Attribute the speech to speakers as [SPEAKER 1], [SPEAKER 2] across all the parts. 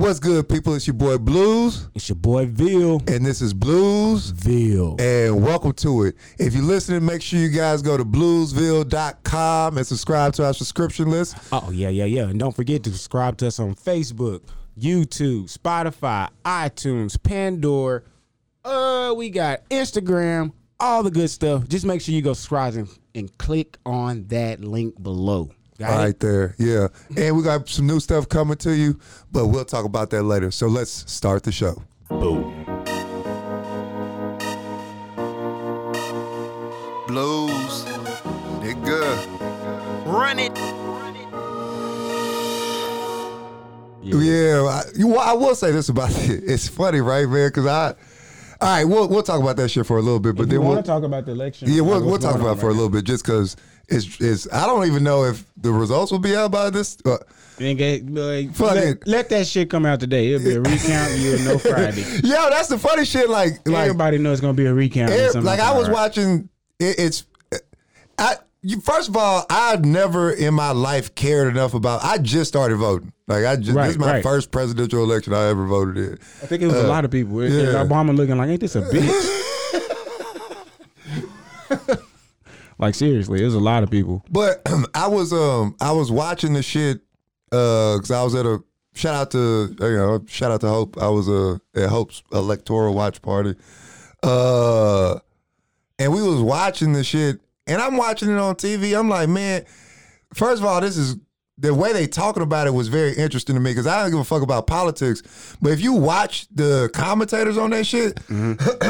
[SPEAKER 1] What's good, people? It's your boy Blues,
[SPEAKER 2] It's your boy Ville.
[SPEAKER 1] and this is Blues,
[SPEAKER 2] Ville.
[SPEAKER 1] and welcome to it. If you're listening, make sure you guys go to bluesville.com and subscribe to our subscription list.
[SPEAKER 2] Oh, yeah, yeah, yeah. And don't forget to subscribe to us on Facebook, YouTube, Spotify, iTunes, Pandora. Uh, we got Instagram, all the good stuff. Just make sure you go subscribe and, and click on that link below. Got it?
[SPEAKER 1] Right there, yeah. And we got some new stuff coming to you, but we'll talk about that later. So let's start the show.
[SPEAKER 3] Blues, nigga. Run it.
[SPEAKER 1] Yeah, I, you, well, I will say this about it. It's funny, right, man? Because I, all right, we'll we'll talk about that shit for a little bit, but
[SPEAKER 2] If
[SPEAKER 1] then
[SPEAKER 2] you
[SPEAKER 1] we'll
[SPEAKER 2] want to talk about the election?
[SPEAKER 1] Yeah, we'll,
[SPEAKER 2] like, what's
[SPEAKER 1] we'll talk
[SPEAKER 2] going
[SPEAKER 1] about
[SPEAKER 2] on
[SPEAKER 1] it for a
[SPEAKER 2] right
[SPEAKER 1] little bit just because it's, it's, I don't even know if the results will be out by this. Uh,
[SPEAKER 2] now. Then get- like,
[SPEAKER 1] Fuck it.
[SPEAKER 2] let, let that shit come out today. It'll be a recount. You'll know Friday.
[SPEAKER 1] yo, that's the funny shit. Like, like,
[SPEAKER 2] Everybody knows it's gonna be a recount.
[SPEAKER 1] ev-
[SPEAKER 2] or something
[SPEAKER 1] like I was
[SPEAKER 2] tomorrow.
[SPEAKER 1] watching, it, it's, I, you, first of all, I never in my life cared enough about, I just started voting. Like, I just, this is
[SPEAKER 2] Right,
[SPEAKER 1] my
[SPEAKER 2] right.
[SPEAKER 1] first presidential election I ever voted in.
[SPEAKER 2] I think it was a lot of people. It- it-
[SPEAKER 1] Uh, yeah.
[SPEAKER 2] Obama looking like, ain't this a bitch? like seriously, it was a lot of people.
[SPEAKER 1] But I was um I was watching the shit because I was at a shout out to you know shout out to Hope. I was uh, at Hope's electoral watch party, uh, and we was watching the shit, and I'm watching it on TV. I'm like, man, first of all, this is. The way they talking about it was very interesting to me because I don't give a fuck about politics. But if you watch the commentators on that shit,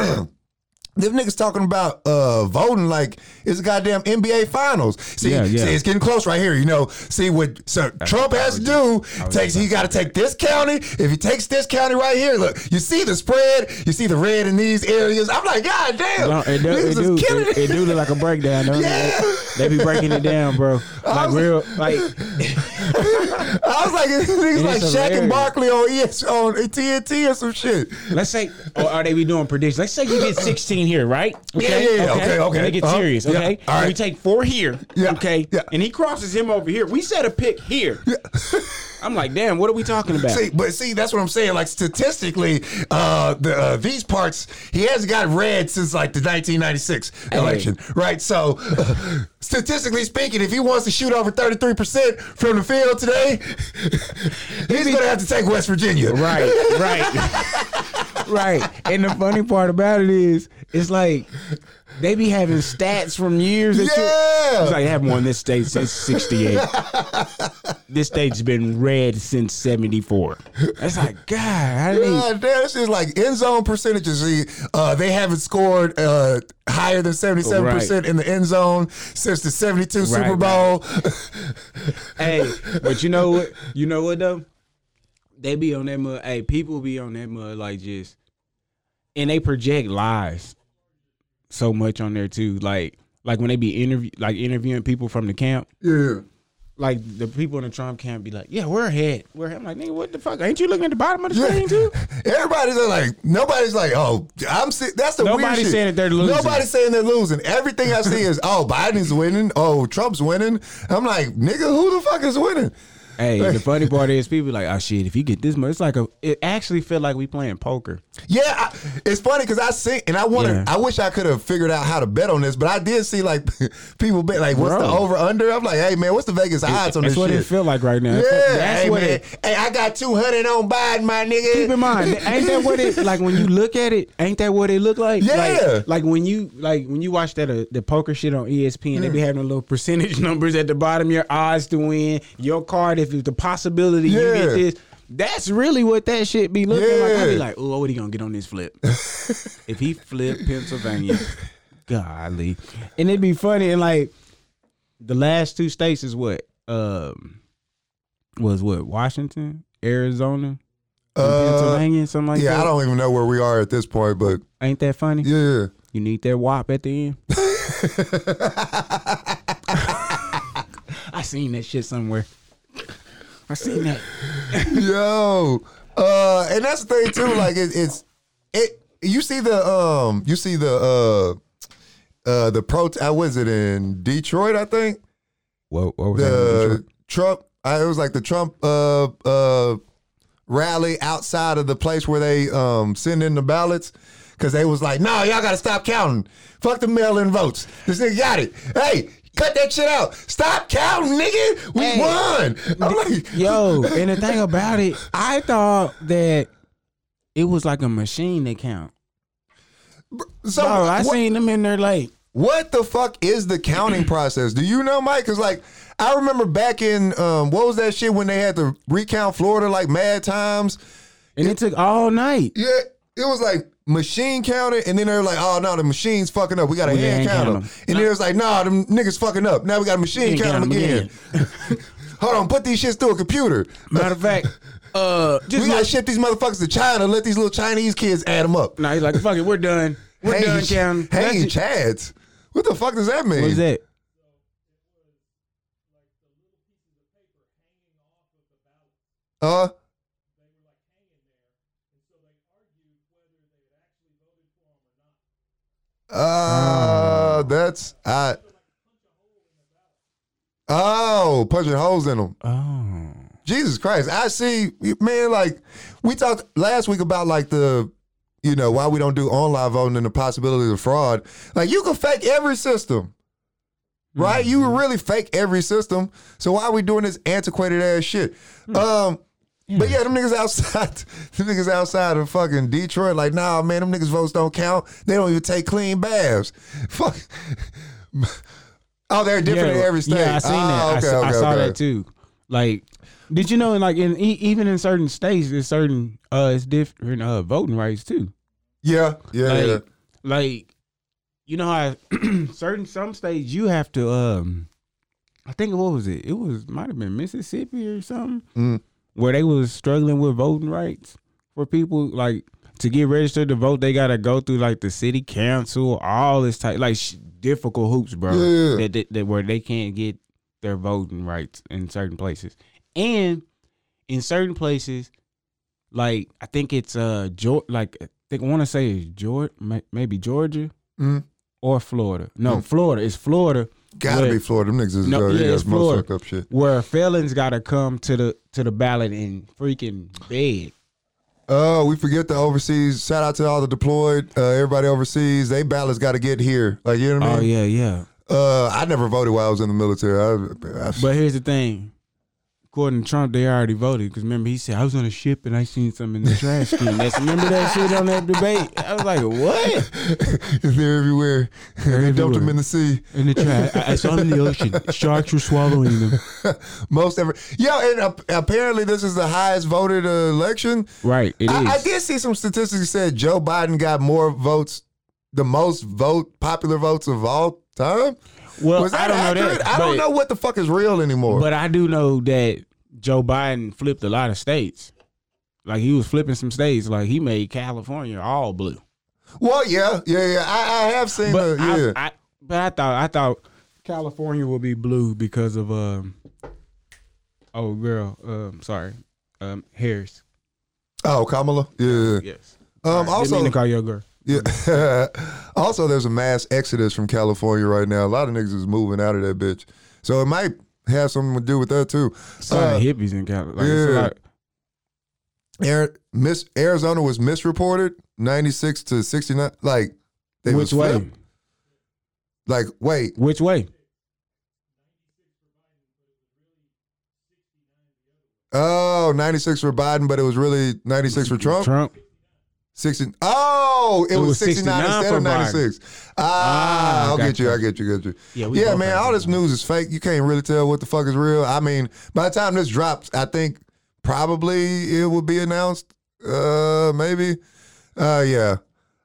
[SPEAKER 1] them niggas talking about uh, voting like it's a goddamn NBA finals. See,
[SPEAKER 2] Yeah, yeah.
[SPEAKER 1] see, it's getting close right here. You know, see what so Trump has to do takes. He got to take this county. If he takes this county right here, look, you see the spread. You see the red in these areas. I'm like, God damn,
[SPEAKER 2] No, it do,
[SPEAKER 1] niggas
[SPEAKER 2] it,
[SPEAKER 1] is
[SPEAKER 2] do,
[SPEAKER 1] killing
[SPEAKER 2] it,
[SPEAKER 1] it.
[SPEAKER 2] it do look like a breakdown. Don't
[SPEAKER 1] Yeah.
[SPEAKER 2] it? They be breaking it down, bro. Like real, like
[SPEAKER 1] I was like, niggas
[SPEAKER 2] is
[SPEAKER 1] like Shaq and
[SPEAKER 2] hilarious.
[SPEAKER 1] Barkley on ES on TNT or some shit.
[SPEAKER 2] let's say, or are they be doing predictions? Let's say you get sixteen here, right?
[SPEAKER 1] yeah, yeah. Okay, okay.
[SPEAKER 2] And they get
[SPEAKER 1] Uh-huh.
[SPEAKER 2] serious,
[SPEAKER 1] Yeah.
[SPEAKER 2] okay?
[SPEAKER 1] All right.
[SPEAKER 2] We take four here,
[SPEAKER 1] Yeah.
[SPEAKER 2] okay?
[SPEAKER 1] Yeah.
[SPEAKER 2] And he crosses him over here. We set a pick here. I'm like, damn, what are we talking about?
[SPEAKER 1] See, but see, that's what I'm saying. Like statistically, uh, the uh, these parts he hasn't got red since like the 1996 election, right? So, uh, statistically speaking, if he wants to shoot over 33 percent from the field today, he's gonna have to take West Virginia.
[SPEAKER 2] Right, right, right. And the funny part about it is, it's like they be having stats from years. That
[SPEAKER 1] Yeah.
[SPEAKER 2] you, it's like they haven't won this state since '68. this state's been red since '74. That's like God. I mean,
[SPEAKER 1] Yeah, damn, this is like end zone percentages. See, uh, they haven't scored uh, higher than 77% in the end zone since the 72 Super
[SPEAKER 2] Right,
[SPEAKER 1] Bowl.
[SPEAKER 2] hey, but you know what? You know what though? They be on that mud. Hey, people be on that mud like just, and they project lies so much on there too. Like, like when they be interview, like interviewing people from the camp.
[SPEAKER 1] yeah.
[SPEAKER 2] Like the people in the Trump camp be like, "Yeah, we're ahead. We're ahead." I'm like, "Nigga, what the fuck? Ain't you looking at the bottom of the screen too?"
[SPEAKER 1] Everybody's like, nobody's like, oh, I'm. Si-. That's the weird
[SPEAKER 2] Nobody's
[SPEAKER 1] shit.
[SPEAKER 2] saying that they're losing.
[SPEAKER 1] Nobody's saying they're losing. Everything I see is, oh, Biden's winning. Oh, Trump's winning. I'm like, nigga, who the fuck is winning?
[SPEAKER 2] "Ah, Hey, the funny part is people be like, "Oh shit, if you get this much, it's like a." It actually felt like we playing poker.
[SPEAKER 1] Yeah, I, it's funny because I see, and I wonder.
[SPEAKER 2] Yeah.
[SPEAKER 1] I wish I could have figured out how to bet on this, but I did see like people bet like, what's the
[SPEAKER 2] Bro.
[SPEAKER 1] over under? I'm like, hey man, what's the Vegas odds on
[SPEAKER 2] That's
[SPEAKER 1] this
[SPEAKER 2] what
[SPEAKER 1] shit?
[SPEAKER 2] it feel like right now.
[SPEAKER 1] yeah,
[SPEAKER 2] That's what- that's
[SPEAKER 1] hey,
[SPEAKER 2] what
[SPEAKER 1] man.
[SPEAKER 2] it.
[SPEAKER 1] hey, I got two hundred on Biden, my nigga.
[SPEAKER 2] Keep in mind, that- ain't that what it like when you look at it? Ain't that what it look like?
[SPEAKER 1] Yeah.
[SPEAKER 2] Like, like when you like when you watch that uh, the poker shit on ESPN, they
[SPEAKER 1] Mm.
[SPEAKER 2] be having little percentage numbers at the bottom. Your odds to win, your card if it's the possibility you
[SPEAKER 1] Yeah.
[SPEAKER 2] get this. That's really what that shit be looking like. I be
[SPEAKER 1] Yeah.
[SPEAKER 2] like, oh, what he gonna get on this flip? if he flip Pennsylvania, golly, and it'd be funny and like the last two states is what um was what Washington, Arizona. and
[SPEAKER 1] Uh,
[SPEAKER 2] Pennsylvania, something like
[SPEAKER 1] yeah,
[SPEAKER 2] that.
[SPEAKER 1] I don't even know where we are at this point, but
[SPEAKER 2] Ain't that funny?
[SPEAKER 1] yeah,
[SPEAKER 2] You need that wop at the end. I seen that shit somewhere. I seen that.
[SPEAKER 1] yo, uh, and that's the thing too. Like it, it's it. You see the um, you see the uh, uh, the pro. I was it in Detroit, I think.
[SPEAKER 2] What, what was
[SPEAKER 1] the Trump. I, it was like the Trump uh, uh, rally outside of the place where they um, send in the ballots. Cause they was like, nah, y'all gotta stop counting. Fuck the mail-in votes. This nigga got it. Hey, cut that shit out. Stop counting, nigga. We
[SPEAKER 2] Hey.
[SPEAKER 1] won. I'm like,
[SPEAKER 2] Yo, and the thing about it, I thought that it was like a machine that count.
[SPEAKER 1] so
[SPEAKER 2] Bro, I
[SPEAKER 1] what,
[SPEAKER 2] seen them in there like,
[SPEAKER 1] what the fuck is the counting process? Do you know, Mike? Cause like, I remember back in um, what was that shit when they had to recount Florida like mad times.
[SPEAKER 2] and it took all night.
[SPEAKER 1] Yeah, it was like machine counted, and then they were like, "Oh no, the machine's fucking up. We got to
[SPEAKER 2] We
[SPEAKER 1] hand
[SPEAKER 2] hand
[SPEAKER 1] count
[SPEAKER 2] count
[SPEAKER 1] them."
[SPEAKER 2] 'em.
[SPEAKER 1] And then it was like, "Nah, them niggas fucking up. Now we got to machine
[SPEAKER 2] Hand
[SPEAKER 1] count them
[SPEAKER 2] count 'em
[SPEAKER 1] again." Hold on, put these shits through a computer.
[SPEAKER 2] Matter of fact, uh,
[SPEAKER 1] We
[SPEAKER 2] just
[SPEAKER 1] got to
[SPEAKER 2] like,
[SPEAKER 1] ship these motherfuckers to China. Let these little Chinese kids add them up.
[SPEAKER 2] nah, he's like, fuck it, we're done. We're
[SPEAKER 1] Hey,
[SPEAKER 2] done counting.
[SPEAKER 1] Hey,
[SPEAKER 2] That's it.
[SPEAKER 1] Chads. What the fuck does that mean?
[SPEAKER 2] What's that?
[SPEAKER 1] Uh, uh, that's I. Oh, punching holes in them.
[SPEAKER 2] Oh.
[SPEAKER 1] Jesus Christ. I see, man, like, we talked last week about, like, the, you know, why we don't do online voting and the possibility of fraud. Like, you can fake every system, right? You
[SPEAKER 2] Mm-hmm.
[SPEAKER 1] can really fake every system. So, why are we doing this antiquated ass shit?
[SPEAKER 2] Hmm.
[SPEAKER 1] Um, But yeah, them niggas outside, them niggas outside of fucking Detroit, like, nah, man, them niggas votes don't count. They don't even take clean baths. Fuck. Oh, they're different in every state.
[SPEAKER 2] Yeah, I seen that.
[SPEAKER 1] Ah,
[SPEAKER 2] I
[SPEAKER 1] okay,
[SPEAKER 2] s- I,
[SPEAKER 1] okay,
[SPEAKER 2] saw
[SPEAKER 1] okay.
[SPEAKER 2] that too. Like, did you know? Like, in e- even in certain states, it's certain uh, it's different uh voting rights too.
[SPEAKER 1] Yeah, yeah,
[SPEAKER 2] Like,
[SPEAKER 1] yeah.
[SPEAKER 2] like, you know how certain some states you have to um, I think what was it? It was might have been Mississippi or something
[SPEAKER 1] Mm.
[SPEAKER 2] where they was struggling with voting rights for people like. To get registered to vote, they gotta go through like the city council, all this type like sh- difficult hoops, bro.
[SPEAKER 1] Yeah.
[SPEAKER 2] That, that, that where they can't get their voting rights in certain places. And in certain places, like I think it's uh Georgia, like I think I want to say it's Georgia, maybe Georgia
[SPEAKER 1] Mm.
[SPEAKER 2] or Florida. No, Florida. It's Florida.
[SPEAKER 1] Gotta
[SPEAKER 2] where,
[SPEAKER 1] be Florida. Them niggas is
[SPEAKER 2] No,
[SPEAKER 1] uh,
[SPEAKER 2] yeah,
[SPEAKER 1] yeah,
[SPEAKER 2] it's
[SPEAKER 1] it's most
[SPEAKER 2] Florida.
[SPEAKER 1] fucked up shit.
[SPEAKER 2] Where felons gotta come to the to the ballot and freaking bed.
[SPEAKER 1] Oh, we forget the overseas. Shout out to all the deployed, uh, everybody overseas. They ballots got to get here. Like you know what I
[SPEAKER 2] Oh
[SPEAKER 1] mean?
[SPEAKER 2] yeah, yeah.
[SPEAKER 1] Uh, I never voted while I was in the military. I, I,
[SPEAKER 2] But here's the thing. According to Trump, they already voted because remember he said I was on a ship and I seen something in the trash can. That's remember that shit on that debate. I was like, what?
[SPEAKER 1] they're everywhere. they dumped them
[SPEAKER 2] everywhere.
[SPEAKER 1] in the sea.
[SPEAKER 2] In the trash, I, I saw him in the ocean. Sharks were swallowing them.
[SPEAKER 1] Most ever. Yo, and ap- apparently this is the highest voted uh, election.
[SPEAKER 2] Right, it is.
[SPEAKER 1] I, I did see some statistics that said Joe Biden got more votes, the most vote popular votes of all time.
[SPEAKER 2] well,
[SPEAKER 1] Was that
[SPEAKER 2] I don't know
[SPEAKER 1] accurate?
[SPEAKER 2] that.
[SPEAKER 1] I don't
[SPEAKER 2] but-
[SPEAKER 1] know what the fuck is real anymore.
[SPEAKER 2] But I do know that Joe Biden flipped a lot of states. Like he was flipping some states. Like he made California all blue.
[SPEAKER 1] Well, yeah, yeah, yeah. I, I have seen
[SPEAKER 2] But
[SPEAKER 1] the yeah.
[SPEAKER 2] I, I but I thought I thought California would be blue because of um oh girl um sorry um Harris
[SPEAKER 1] oh, Kamala. Yeah.
[SPEAKER 2] yes
[SPEAKER 1] Um.
[SPEAKER 2] Didn't mean
[SPEAKER 1] Also,
[SPEAKER 2] to call your girl
[SPEAKER 1] yeah. also, there's a mass exodus from California right now. A lot of niggas is moving out of that bitch. So it might have something to do with that too.
[SPEAKER 2] a lot
[SPEAKER 1] Uh,
[SPEAKER 2] of hippies in California like, it's
[SPEAKER 1] yeah.
[SPEAKER 2] a lot-
[SPEAKER 1] Air, miss, Arizona was misreported 96 to 69. Like, they
[SPEAKER 2] Which
[SPEAKER 1] was
[SPEAKER 2] way?
[SPEAKER 1] flipped. Like, wait,
[SPEAKER 2] Which way?
[SPEAKER 1] oh, 96 for Biden, but it was really 96 for Trump?
[SPEAKER 2] Trump.
[SPEAKER 1] 60. Oh, it,
[SPEAKER 2] It
[SPEAKER 1] was,
[SPEAKER 2] was
[SPEAKER 1] 69 instead of
[SPEAKER 2] 69 for
[SPEAKER 1] 96. Ah,
[SPEAKER 2] Ah,
[SPEAKER 1] I'll get
[SPEAKER 2] gotcha.
[SPEAKER 1] you. I get you. Get you.
[SPEAKER 2] Yeah, we
[SPEAKER 1] yeah
[SPEAKER 2] both
[SPEAKER 1] man,
[SPEAKER 2] got
[SPEAKER 1] all
[SPEAKER 2] that
[SPEAKER 1] this news is fake. You can't really tell what the fuck is real. I mean, by the time this drops, I think probably it will be announced. Uh, maybe. Uh, yeah.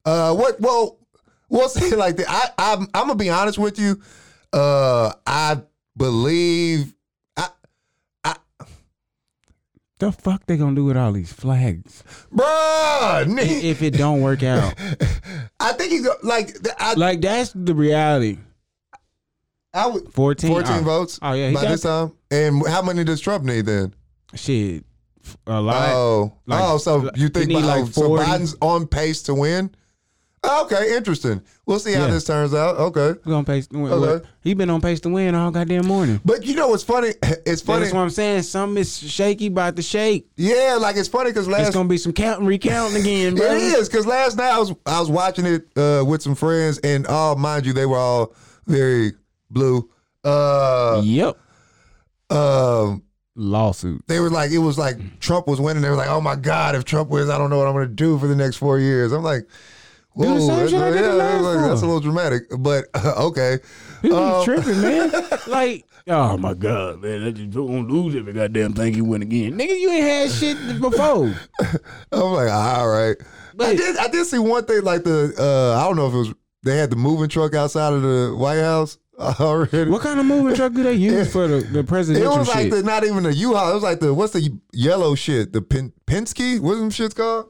[SPEAKER 1] Uh, what? Well, we'll say it like that. I, I'm, I'm gonna be honest with you. Uh, I believe
[SPEAKER 2] The fuck they gonna do with all these flags?
[SPEAKER 1] Bruh, nigga,
[SPEAKER 2] if it don't work out,
[SPEAKER 1] I think he's go- like th- I,
[SPEAKER 2] like that's the reality.
[SPEAKER 1] I would
[SPEAKER 2] Fourteen.
[SPEAKER 1] 14
[SPEAKER 2] oh.
[SPEAKER 1] votes
[SPEAKER 2] Oh yeah, he
[SPEAKER 1] by
[SPEAKER 2] got
[SPEAKER 1] this time. And how many does Trump need then?
[SPEAKER 2] shit. f- A lot.
[SPEAKER 1] oh,
[SPEAKER 2] like-
[SPEAKER 1] oh, so
[SPEAKER 2] like-
[SPEAKER 1] you think
[SPEAKER 2] he need
[SPEAKER 1] Bi-
[SPEAKER 2] like
[SPEAKER 1] oh, so
[SPEAKER 2] 40.
[SPEAKER 1] Biden's on pace to win? Okay, interesting. We'll see how
[SPEAKER 2] Yeah.
[SPEAKER 1] this turns out. Okay,
[SPEAKER 2] We on pace to win.
[SPEAKER 1] Okay.
[SPEAKER 2] What- He been on pace to win all goddamn morning.
[SPEAKER 1] but you know what's funny? It's funny.
[SPEAKER 2] That's what I'm saying. Some is shaky about the shake.
[SPEAKER 1] Yeah, like it's funny because last
[SPEAKER 2] it's gonna be some counting, recounting again, bro.
[SPEAKER 1] It is because last night I was I was watching it uh, with some friends, and oh, mind you, they were all very blue. Uh,
[SPEAKER 2] Yep.
[SPEAKER 1] um,
[SPEAKER 2] Lawsuit.
[SPEAKER 1] they were like, it was like Trump was winning. They were like, oh my God, if Trump wins, I don't know what I'm going to do for the next four years. I'm like,
[SPEAKER 2] the
[SPEAKER 1] whoa,
[SPEAKER 2] same
[SPEAKER 1] that's,
[SPEAKER 2] shit I did the
[SPEAKER 1] yeah, that's,
[SPEAKER 2] last
[SPEAKER 1] like,
[SPEAKER 2] one.
[SPEAKER 1] that's a little dramatic, but okay.
[SPEAKER 2] People
[SPEAKER 1] Um,
[SPEAKER 2] be tripping, man. Like, oh my god, man, I just don't lose every goddamn thing you win again, nigga. You ain't had shit before.
[SPEAKER 1] I'm like, "Ah, all right. I
[SPEAKER 2] But-
[SPEAKER 1] did, I did see one thing, like the, uh, I don't know if it was, they had the moving truck outside of the White House already.
[SPEAKER 2] What kind of moving truck do they use for the, the
[SPEAKER 1] It
[SPEAKER 2] presidential
[SPEAKER 1] was like
[SPEAKER 2] shit?
[SPEAKER 1] the not even the U-Haul. It was like the what's the yellow shit? The Pen- Penske? What's them shits called?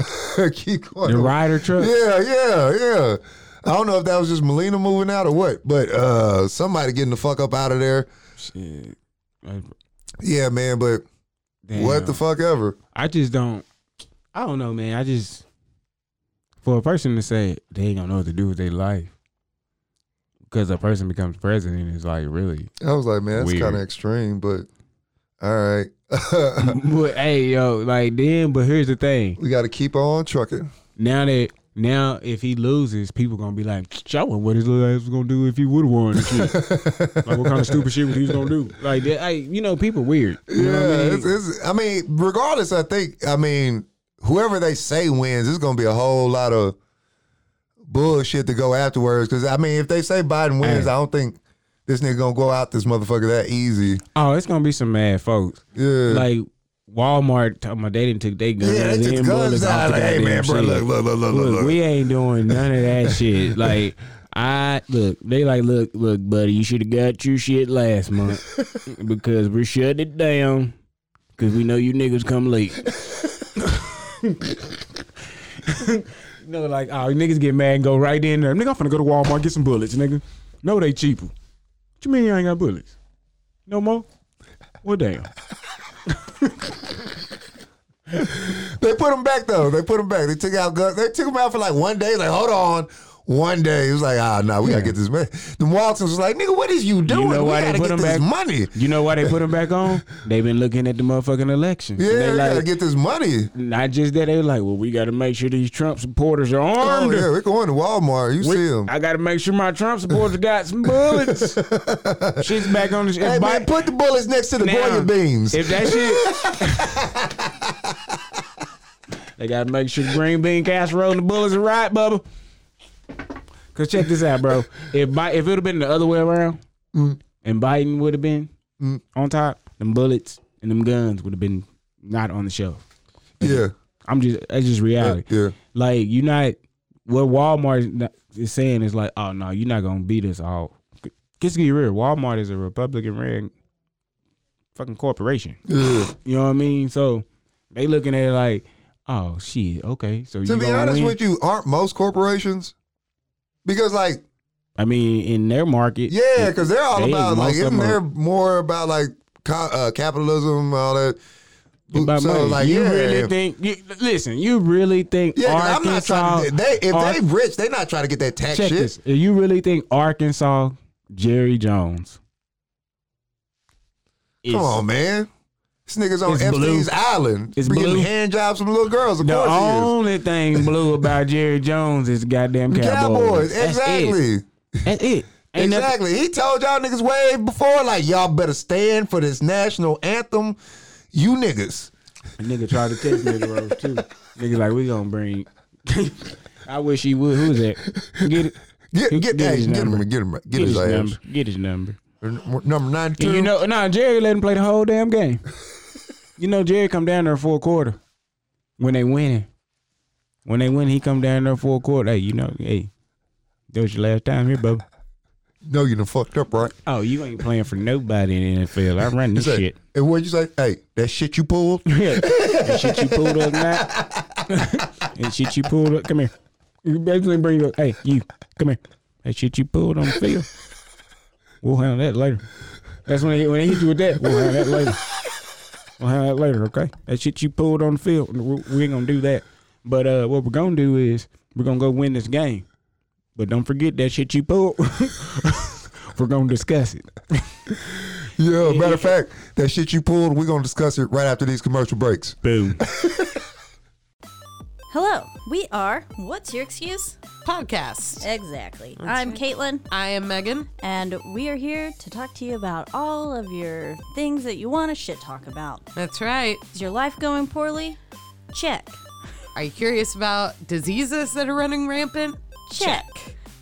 [SPEAKER 1] Keep going.
[SPEAKER 2] the rider truck.
[SPEAKER 1] Yeah, yeah, yeah. I don't know if that was just Melina moving out or what, but uh somebody getting the fuck up out of there.
[SPEAKER 2] Shit. Like,
[SPEAKER 1] Yeah, man, but
[SPEAKER 2] damn.
[SPEAKER 1] what the fuck ever.
[SPEAKER 2] I just don't. I don't know, man. I just for a person to say they ain't gonna know what to do with their life because a person becomes president is like really.
[SPEAKER 1] I was like, man, that's
[SPEAKER 2] Weird.
[SPEAKER 1] kind of extreme, but all right.
[SPEAKER 2] but hey, yo, like then. But here's the thing.
[SPEAKER 1] we got to keep on trucking.
[SPEAKER 2] Now that now if he loses, people gonna be like, showing what his little ass was gonna do if he would have won. and shit." like what kind of stupid shit was he gonna do? Like, that- hey, you know, people weird. You know
[SPEAKER 1] yeah,
[SPEAKER 2] what I mean?
[SPEAKER 1] it's, it's, I mean, regardless, I think, I mean, whoever they say wins, it's going to be a whole lot of bullshit to go afterwards. Because, I mean, if they say Biden wins,
[SPEAKER 2] Hey.
[SPEAKER 1] I don't think this nigga going to go out this motherfucker that easy.
[SPEAKER 2] oh, it's gonna be some mad folks.
[SPEAKER 1] Yeah.
[SPEAKER 2] like Walmart talking about they didn't take their guns.
[SPEAKER 1] Yeah, they took
[SPEAKER 2] and
[SPEAKER 1] guns
[SPEAKER 2] bullets off
[SPEAKER 1] out.
[SPEAKER 2] the
[SPEAKER 1] Like, hey
[SPEAKER 2] goddamn
[SPEAKER 1] man, bro,
[SPEAKER 2] shit.
[SPEAKER 1] look, look, look, look, look,
[SPEAKER 2] Look,
[SPEAKER 1] look.
[SPEAKER 2] we ain't doing none of that shit. Like I look, they like look, look, buddy, you should have got your shit last month because we're shutting it down because we know you niggas come late. no, like oh, niggas get mad and go right in there. Nigga, I'm finna go to Walmart get some bullets, nigga. No, they cheaper. What you mean you ain't got bullets? No more. Well, damn.
[SPEAKER 1] They put him back though. They put him back. They took out guns. They took him out for like one day. Like, hold on. One day, it was like, ah, nah, we gotta get this money. The Waltons was like, nigga, what is you doing?
[SPEAKER 2] know
[SPEAKER 1] we
[SPEAKER 2] why they
[SPEAKER 1] gotta
[SPEAKER 2] put
[SPEAKER 1] get
[SPEAKER 2] him
[SPEAKER 1] this
[SPEAKER 2] back?
[SPEAKER 1] money.
[SPEAKER 2] You know why they put him back on? They've been looking at the motherfucking election.
[SPEAKER 1] Yeah,
[SPEAKER 2] they
[SPEAKER 1] we gotta
[SPEAKER 2] like,
[SPEAKER 1] get this money.
[SPEAKER 2] not just that, they were like, well, we got to make sure these Trump supporters are
[SPEAKER 1] Oh
[SPEAKER 2] armed.
[SPEAKER 1] yeah, we're going to Walmart. You
[SPEAKER 2] We-
[SPEAKER 1] see him?
[SPEAKER 2] I got to make sure my Trump supporters got some bullets. Shit's back on the shit.
[SPEAKER 1] Hey man, put the bullets next to the boiler beans.
[SPEAKER 2] If that shit. they got to make sure the green bean casserole and the bullets are right, Bubba. Because check this out, bro. If, Bi- if it would have been the other way around
[SPEAKER 1] Mm.
[SPEAKER 2] and Biden would have been on top, them bullets and them guns would have been not on the shelf.
[SPEAKER 1] yeah,
[SPEAKER 2] I'm just that's just reality.
[SPEAKER 1] Yeah, yeah.
[SPEAKER 2] Like you're not what Walmart is not- is saying is like, oh no, you're not gonna beat us all. Just get real. Walmart is a Republican ran fucking corporation.
[SPEAKER 1] yeah.
[SPEAKER 2] You know what I mean? So they looking at it like, oh shit, okay. So
[SPEAKER 1] To
[SPEAKER 2] you
[SPEAKER 1] be
[SPEAKER 2] gonna
[SPEAKER 1] honest
[SPEAKER 2] win?
[SPEAKER 1] with you, aren't most corporations? Because like
[SPEAKER 2] I mean, in their market,
[SPEAKER 1] Yeah, because they're all
[SPEAKER 2] They-
[SPEAKER 1] about like
[SPEAKER 2] most of
[SPEAKER 1] isn't
[SPEAKER 2] them
[SPEAKER 1] there
[SPEAKER 2] are-
[SPEAKER 1] more about like co- uh, capitalism all that?
[SPEAKER 2] it's about
[SPEAKER 1] so
[SPEAKER 2] money.
[SPEAKER 1] like
[SPEAKER 2] you
[SPEAKER 1] yeah,
[SPEAKER 2] really think? You, listen, you really think
[SPEAKER 1] yeah. 'cause I'm not
[SPEAKER 2] Arkansas?
[SPEAKER 1] trying. To, they if
[SPEAKER 2] Ar-
[SPEAKER 1] they rich, they not trying to get that tax
[SPEAKER 2] check
[SPEAKER 1] shit.
[SPEAKER 2] this. If you really think Arkansas Jerry Jones? is-
[SPEAKER 1] Come on, man. This nigga's on
[SPEAKER 2] It's
[SPEAKER 1] Epstein's
[SPEAKER 2] blue.
[SPEAKER 1] Island.
[SPEAKER 2] It's
[SPEAKER 1] getting
[SPEAKER 2] blue.
[SPEAKER 1] hand jobs from little girls. Of
[SPEAKER 2] The
[SPEAKER 1] course
[SPEAKER 2] only thing blue about Jerry Jones is goddamn
[SPEAKER 1] he is. Cowboys.
[SPEAKER 2] Cowboys. That's it.
[SPEAKER 1] Exactly.
[SPEAKER 2] That's it. Ain't nothing-
[SPEAKER 1] exactly. He told y'all niggas way before, like, y'all better stand for this national anthem. You niggas.
[SPEAKER 2] A nigga tried to text nigga Rose too. Nigga like we gonna bring. I wish he would. Who's that? Get it.
[SPEAKER 1] Get,
[SPEAKER 2] Who-
[SPEAKER 1] get, hey,
[SPEAKER 2] his
[SPEAKER 1] get him,
[SPEAKER 2] number.
[SPEAKER 1] get him, get,
[SPEAKER 2] Get
[SPEAKER 1] his,
[SPEAKER 2] his
[SPEAKER 1] ass.
[SPEAKER 2] number. Get his number.
[SPEAKER 1] Number, 92.
[SPEAKER 2] And you know, nah, Jerry let him play the whole damn game. you know, Jerry come down there for a quarter when they winning. When they win, he come down there for a quarter. Hey, you know, hey, that was your last time here, bub.
[SPEAKER 1] no, you done fucked up, right?
[SPEAKER 2] Oh, you ain't playing for nobody in the NFL. I'm running this
[SPEAKER 1] Say,
[SPEAKER 2] shit.
[SPEAKER 1] And what you say? Hey, that shit you pulled?
[SPEAKER 2] Yeah. and shit you pulled up now. and shit you pulled up. Come here. You basically bring up, hey, you, come here. That shit you pulled on the field. We'll handle that later. That's when they, when they hit you with that. We'll handle that later. We'll handle that later, okay? That shit you pulled on the field. We, we ain't going to do that. But uh, what we're going to do is we're going to go win this game. But don't forget that shit you pulled. we're going to discuss it.
[SPEAKER 1] Yeah, matter of fact, that shit you pulled, we're going to discuss it right after these commercial breaks.
[SPEAKER 2] Boom.
[SPEAKER 4] Hello, we are What's Your Excuse?
[SPEAKER 5] podcast.
[SPEAKER 4] Exactly. I'm Caitlin,
[SPEAKER 5] I am Megan.
[SPEAKER 4] and we are here to talk to you about all of your things that you want to shit talk about.
[SPEAKER 5] That's right.
[SPEAKER 4] Is your life going poorly? Check.
[SPEAKER 5] Are you curious about diseases that are running rampant?
[SPEAKER 4] Check.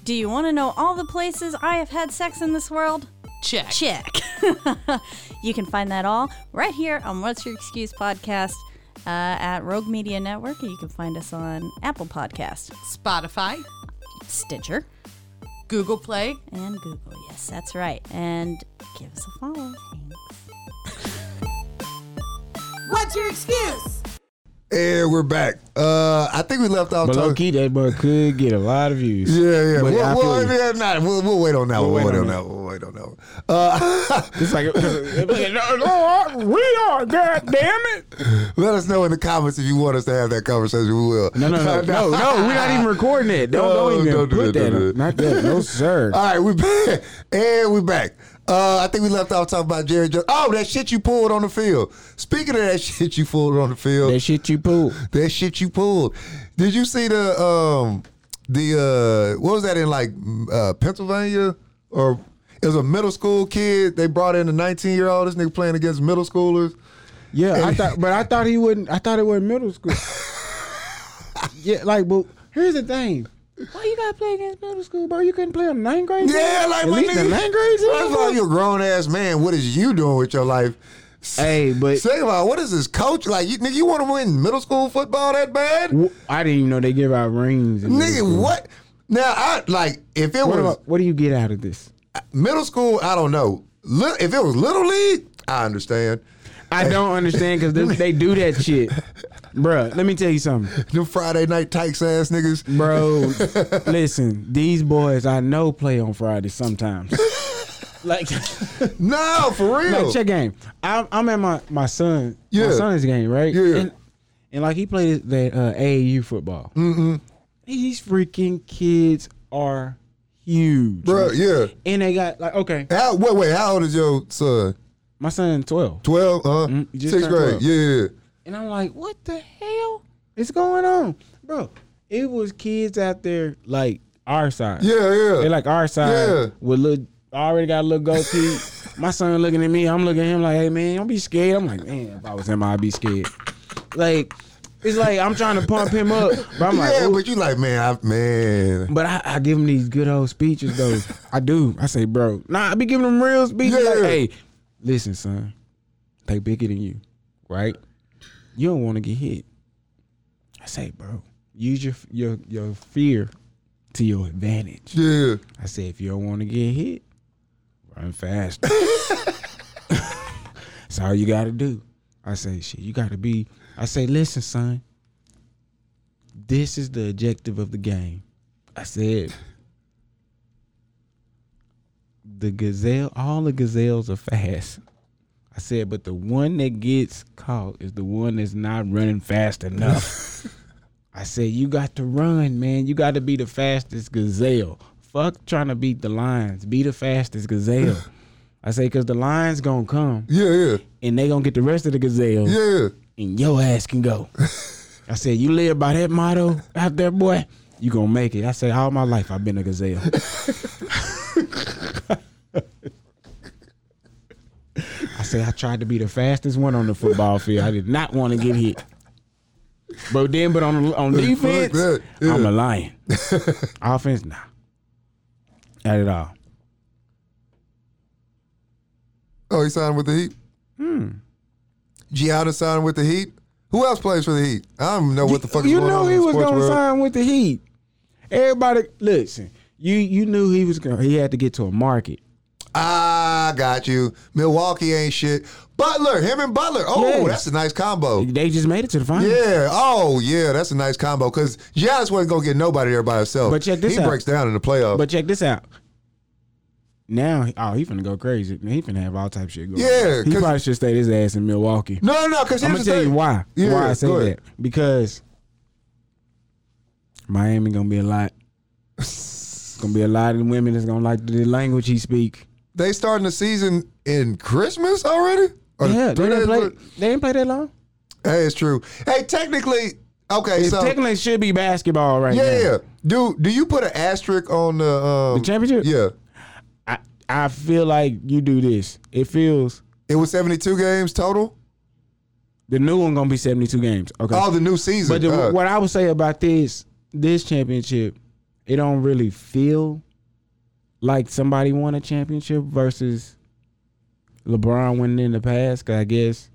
[SPEAKER 4] Do you want to know all the places I have had sex in this world?
[SPEAKER 5] Check.
[SPEAKER 4] Check. you can find that all right here on What's Your Excuse podcast uh, at Rogue Media Network. You can find us on Apple Podcast,
[SPEAKER 5] Spotify,
[SPEAKER 4] Stitcher,
[SPEAKER 5] Google Play.
[SPEAKER 4] and Google. Yes, that's right. And give us a follow.
[SPEAKER 5] What's your excuse?
[SPEAKER 1] And we're back. Uh, I think we left off
[SPEAKER 2] But low
[SPEAKER 1] talking.
[SPEAKER 2] key, that boy could get a lot of views.
[SPEAKER 1] Yeah, yeah.
[SPEAKER 2] But I
[SPEAKER 1] Well,
[SPEAKER 2] feel
[SPEAKER 1] well,
[SPEAKER 2] you.
[SPEAKER 1] yeah, nah, we'll, we'll wait on that one. We'll wait on
[SPEAKER 2] that.
[SPEAKER 1] that one. We'll wait on that one. Uh,
[SPEAKER 2] It's like, we are, god damn it.
[SPEAKER 1] Let us know in the comments if you want us to have that conversation. We will.
[SPEAKER 2] No, no, no, no, no, we're not even recording it. Don't, don't even
[SPEAKER 1] No, don't do that,
[SPEAKER 2] put
[SPEAKER 1] don't
[SPEAKER 2] that,
[SPEAKER 1] do
[SPEAKER 2] on.
[SPEAKER 1] that.
[SPEAKER 2] Not that, no, sir.
[SPEAKER 1] All right, we back. And we back. Uh, I think we left off talking about Jerry Jones. Oh, that shit you pulled on the field. Speaking of that shit you pulled on the field,
[SPEAKER 2] that shit you pulled.
[SPEAKER 1] that shit you pulled. Did you see the um the uh what was that in like uh Pennsylvania or it was a middle school kid. They brought in a 19 year old. This nigga playing against middle schoolers.
[SPEAKER 2] Yeah, I thought, but I thought he wouldn't. I thought it was middle school. yeah, like, but here's the thing. Why you gotta play against middle school, bro? You couldn't play on ninth grade.
[SPEAKER 1] Yeah,
[SPEAKER 2] team?
[SPEAKER 1] like
[SPEAKER 2] At
[SPEAKER 1] my
[SPEAKER 2] least
[SPEAKER 1] nigga.
[SPEAKER 2] the ninth grade. team,
[SPEAKER 1] First of all,
[SPEAKER 2] bro?
[SPEAKER 1] you're a grown ass man. What is you doing with your life?
[SPEAKER 2] Hey, but
[SPEAKER 1] Second of all, what is this coach like? You, nigga, you want to win middle school football that bad?
[SPEAKER 2] w- I didn't even know they give out rings. in middle
[SPEAKER 1] Nigga,
[SPEAKER 2] school.
[SPEAKER 1] what? Now, I like if it
[SPEAKER 2] What,
[SPEAKER 1] was
[SPEAKER 2] about, what do you get out of this?
[SPEAKER 1] middle school. I don't know. Li- if it was little league, I understand.
[SPEAKER 2] I don't understand because they, they do that shit, Bruh, Let me tell you something,
[SPEAKER 1] Them Friday night tykes ass niggas.
[SPEAKER 2] bro. listen, these boys I know play on Friday sometimes. like,
[SPEAKER 1] No, for real.
[SPEAKER 2] like check game. I'm, I'm at my my son my
[SPEAKER 1] Yeah.
[SPEAKER 2] son's game right.
[SPEAKER 1] Yeah.
[SPEAKER 2] And, and like he plays that uh, AAU football. Mm-mm.
[SPEAKER 1] Mm-hmm.
[SPEAKER 2] These freaking kids are huge,
[SPEAKER 1] Bro, yeah.
[SPEAKER 2] And they got like okay,
[SPEAKER 1] How, wait, wait. How old is your son?
[SPEAKER 2] my son twelve,
[SPEAKER 1] Twelve, huh?
[SPEAKER 2] he Mm, just
[SPEAKER 1] Sixth
[SPEAKER 2] turned
[SPEAKER 1] grade.
[SPEAKER 2] 12.
[SPEAKER 1] Yeah, yeah.
[SPEAKER 2] and I'm like, what the hell is going on, bro? It was kids out there like our size.
[SPEAKER 1] Yeah, yeah.
[SPEAKER 2] They like our side
[SPEAKER 1] Yeah.
[SPEAKER 2] with little already got a little goatee. my son looking at me, I'm looking at him like, hey man, don't be scared. I'm like, man, if I was him, I'd be scared. Like, it's like I'm trying to pump him up, but I'm like,
[SPEAKER 1] yeah,
[SPEAKER 2] "Ooh."
[SPEAKER 1] but you like, man, I, man.
[SPEAKER 2] but I, I give him these good old speeches though. I do. I say, bro, nah, I be giving him real speeches. Like,
[SPEAKER 1] Yeah.
[SPEAKER 2] hey, listen, son, they bigger than you, right? You don't want to get hit. I say, bro, use your your your fear to your advantage.
[SPEAKER 1] Yeah.
[SPEAKER 2] I said, if you don't want to get hit, run fast. That's all you got to do. I say, shit, you got to be. I say, listen, son, this is the objective of the game. I said, the gazelle, all the gazelles are fast. I said, but the one that gets caught is the one that's not running fast enough. I said, you got to run, man. You got to be the fastest gazelle. Fuck trying to beat the lions. Be the fastest gazelle. I say, because the lion's gonna come
[SPEAKER 1] Yeah, yeah,
[SPEAKER 2] and they gonna get the rest of the gazelles
[SPEAKER 1] yeah.
[SPEAKER 2] and your ass can go. I said, you live by that motto out there, boy, you gonna make it. I said, all my life I've been a gazelle. I said, I tried to be the fastest one on the football field. I did not want to get hit. But then, but on on
[SPEAKER 1] Fuck
[SPEAKER 2] defense,
[SPEAKER 1] that, yeah.
[SPEAKER 2] I'm a lion. Offense, nah, not at all.
[SPEAKER 1] Oh, he signed with the Heat. Hmm. Giada signed with the Heat. Who else plays for the Heat? I don't know what the fuck is
[SPEAKER 2] you
[SPEAKER 1] going
[SPEAKER 2] know
[SPEAKER 1] on.
[SPEAKER 2] he
[SPEAKER 1] in the
[SPEAKER 2] was
[SPEAKER 1] sports
[SPEAKER 2] gonna
[SPEAKER 1] world.
[SPEAKER 2] sign with the Heat. Everybody, listen. You you knew he was gonna. He had to get to a market.
[SPEAKER 1] I Ah, got you. Milwaukee ain't shit. Butler, him and Butler. Oh,
[SPEAKER 2] Yes.
[SPEAKER 1] that's a nice combo.
[SPEAKER 2] They just made it to the final.
[SPEAKER 1] Oh. Yeah. Oh, yeah. That's a nice combo because Giannis wasn't gonna get nobody there by himself.
[SPEAKER 2] But check this
[SPEAKER 1] he
[SPEAKER 2] out.
[SPEAKER 1] breaks down in the playoffs.
[SPEAKER 2] But check this out. Now, oh, he finna go crazy. Man, He finna have all type of shit going.
[SPEAKER 1] Yeah,
[SPEAKER 2] on. he
[SPEAKER 1] 'cause-
[SPEAKER 2] probably should stay his ass in Milwaukee.
[SPEAKER 1] no, no, because
[SPEAKER 2] I'm gonna tell you why.
[SPEAKER 1] Yeah,
[SPEAKER 2] why I say
[SPEAKER 1] go
[SPEAKER 2] that
[SPEAKER 1] ahead.
[SPEAKER 2] because Miami gonna be a lot. It's gonna be a lot of women that's gonna like the language he speak.
[SPEAKER 1] They starting the season in Christmas already. Or
[SPEAKER 2] yeah,
[SPEAKER 1] three
[SPEAKER 2] they didn't
[SPEAKER 1] days
[SPEAKER 2] play.
[SPEAKER 1] later?
[SPEAKER 2] They didn't play that long.
[SPEAKER 1] Hey, it's true. Hey, technically, okay,
[SPEAKER 2] It
[SPEAKER 1] so
[SPEAKER 2] technically should be basketball right now.
[SPEAKER 1] yeah, yeah. Do do you put an asterisk on the um,
[SPEAKER 2] The championship?
[SPEAKER 1] Yeah,
[SPEAKER 2] I I feel like you do this. It feels
[SPEAKER 1] it was seventy two games total.
[SPEAKER 2] the new one gonna be seventy two games. Okay.
[SPEAKER 1] All the new season.
[SPEAKER 2] but the,
[SPEAKER 1] Uh,
[SPEAKER 2] what I would say about this this championship, it don't really feel like somebody won a championship versus LeBron winning in the past. 'cause I guess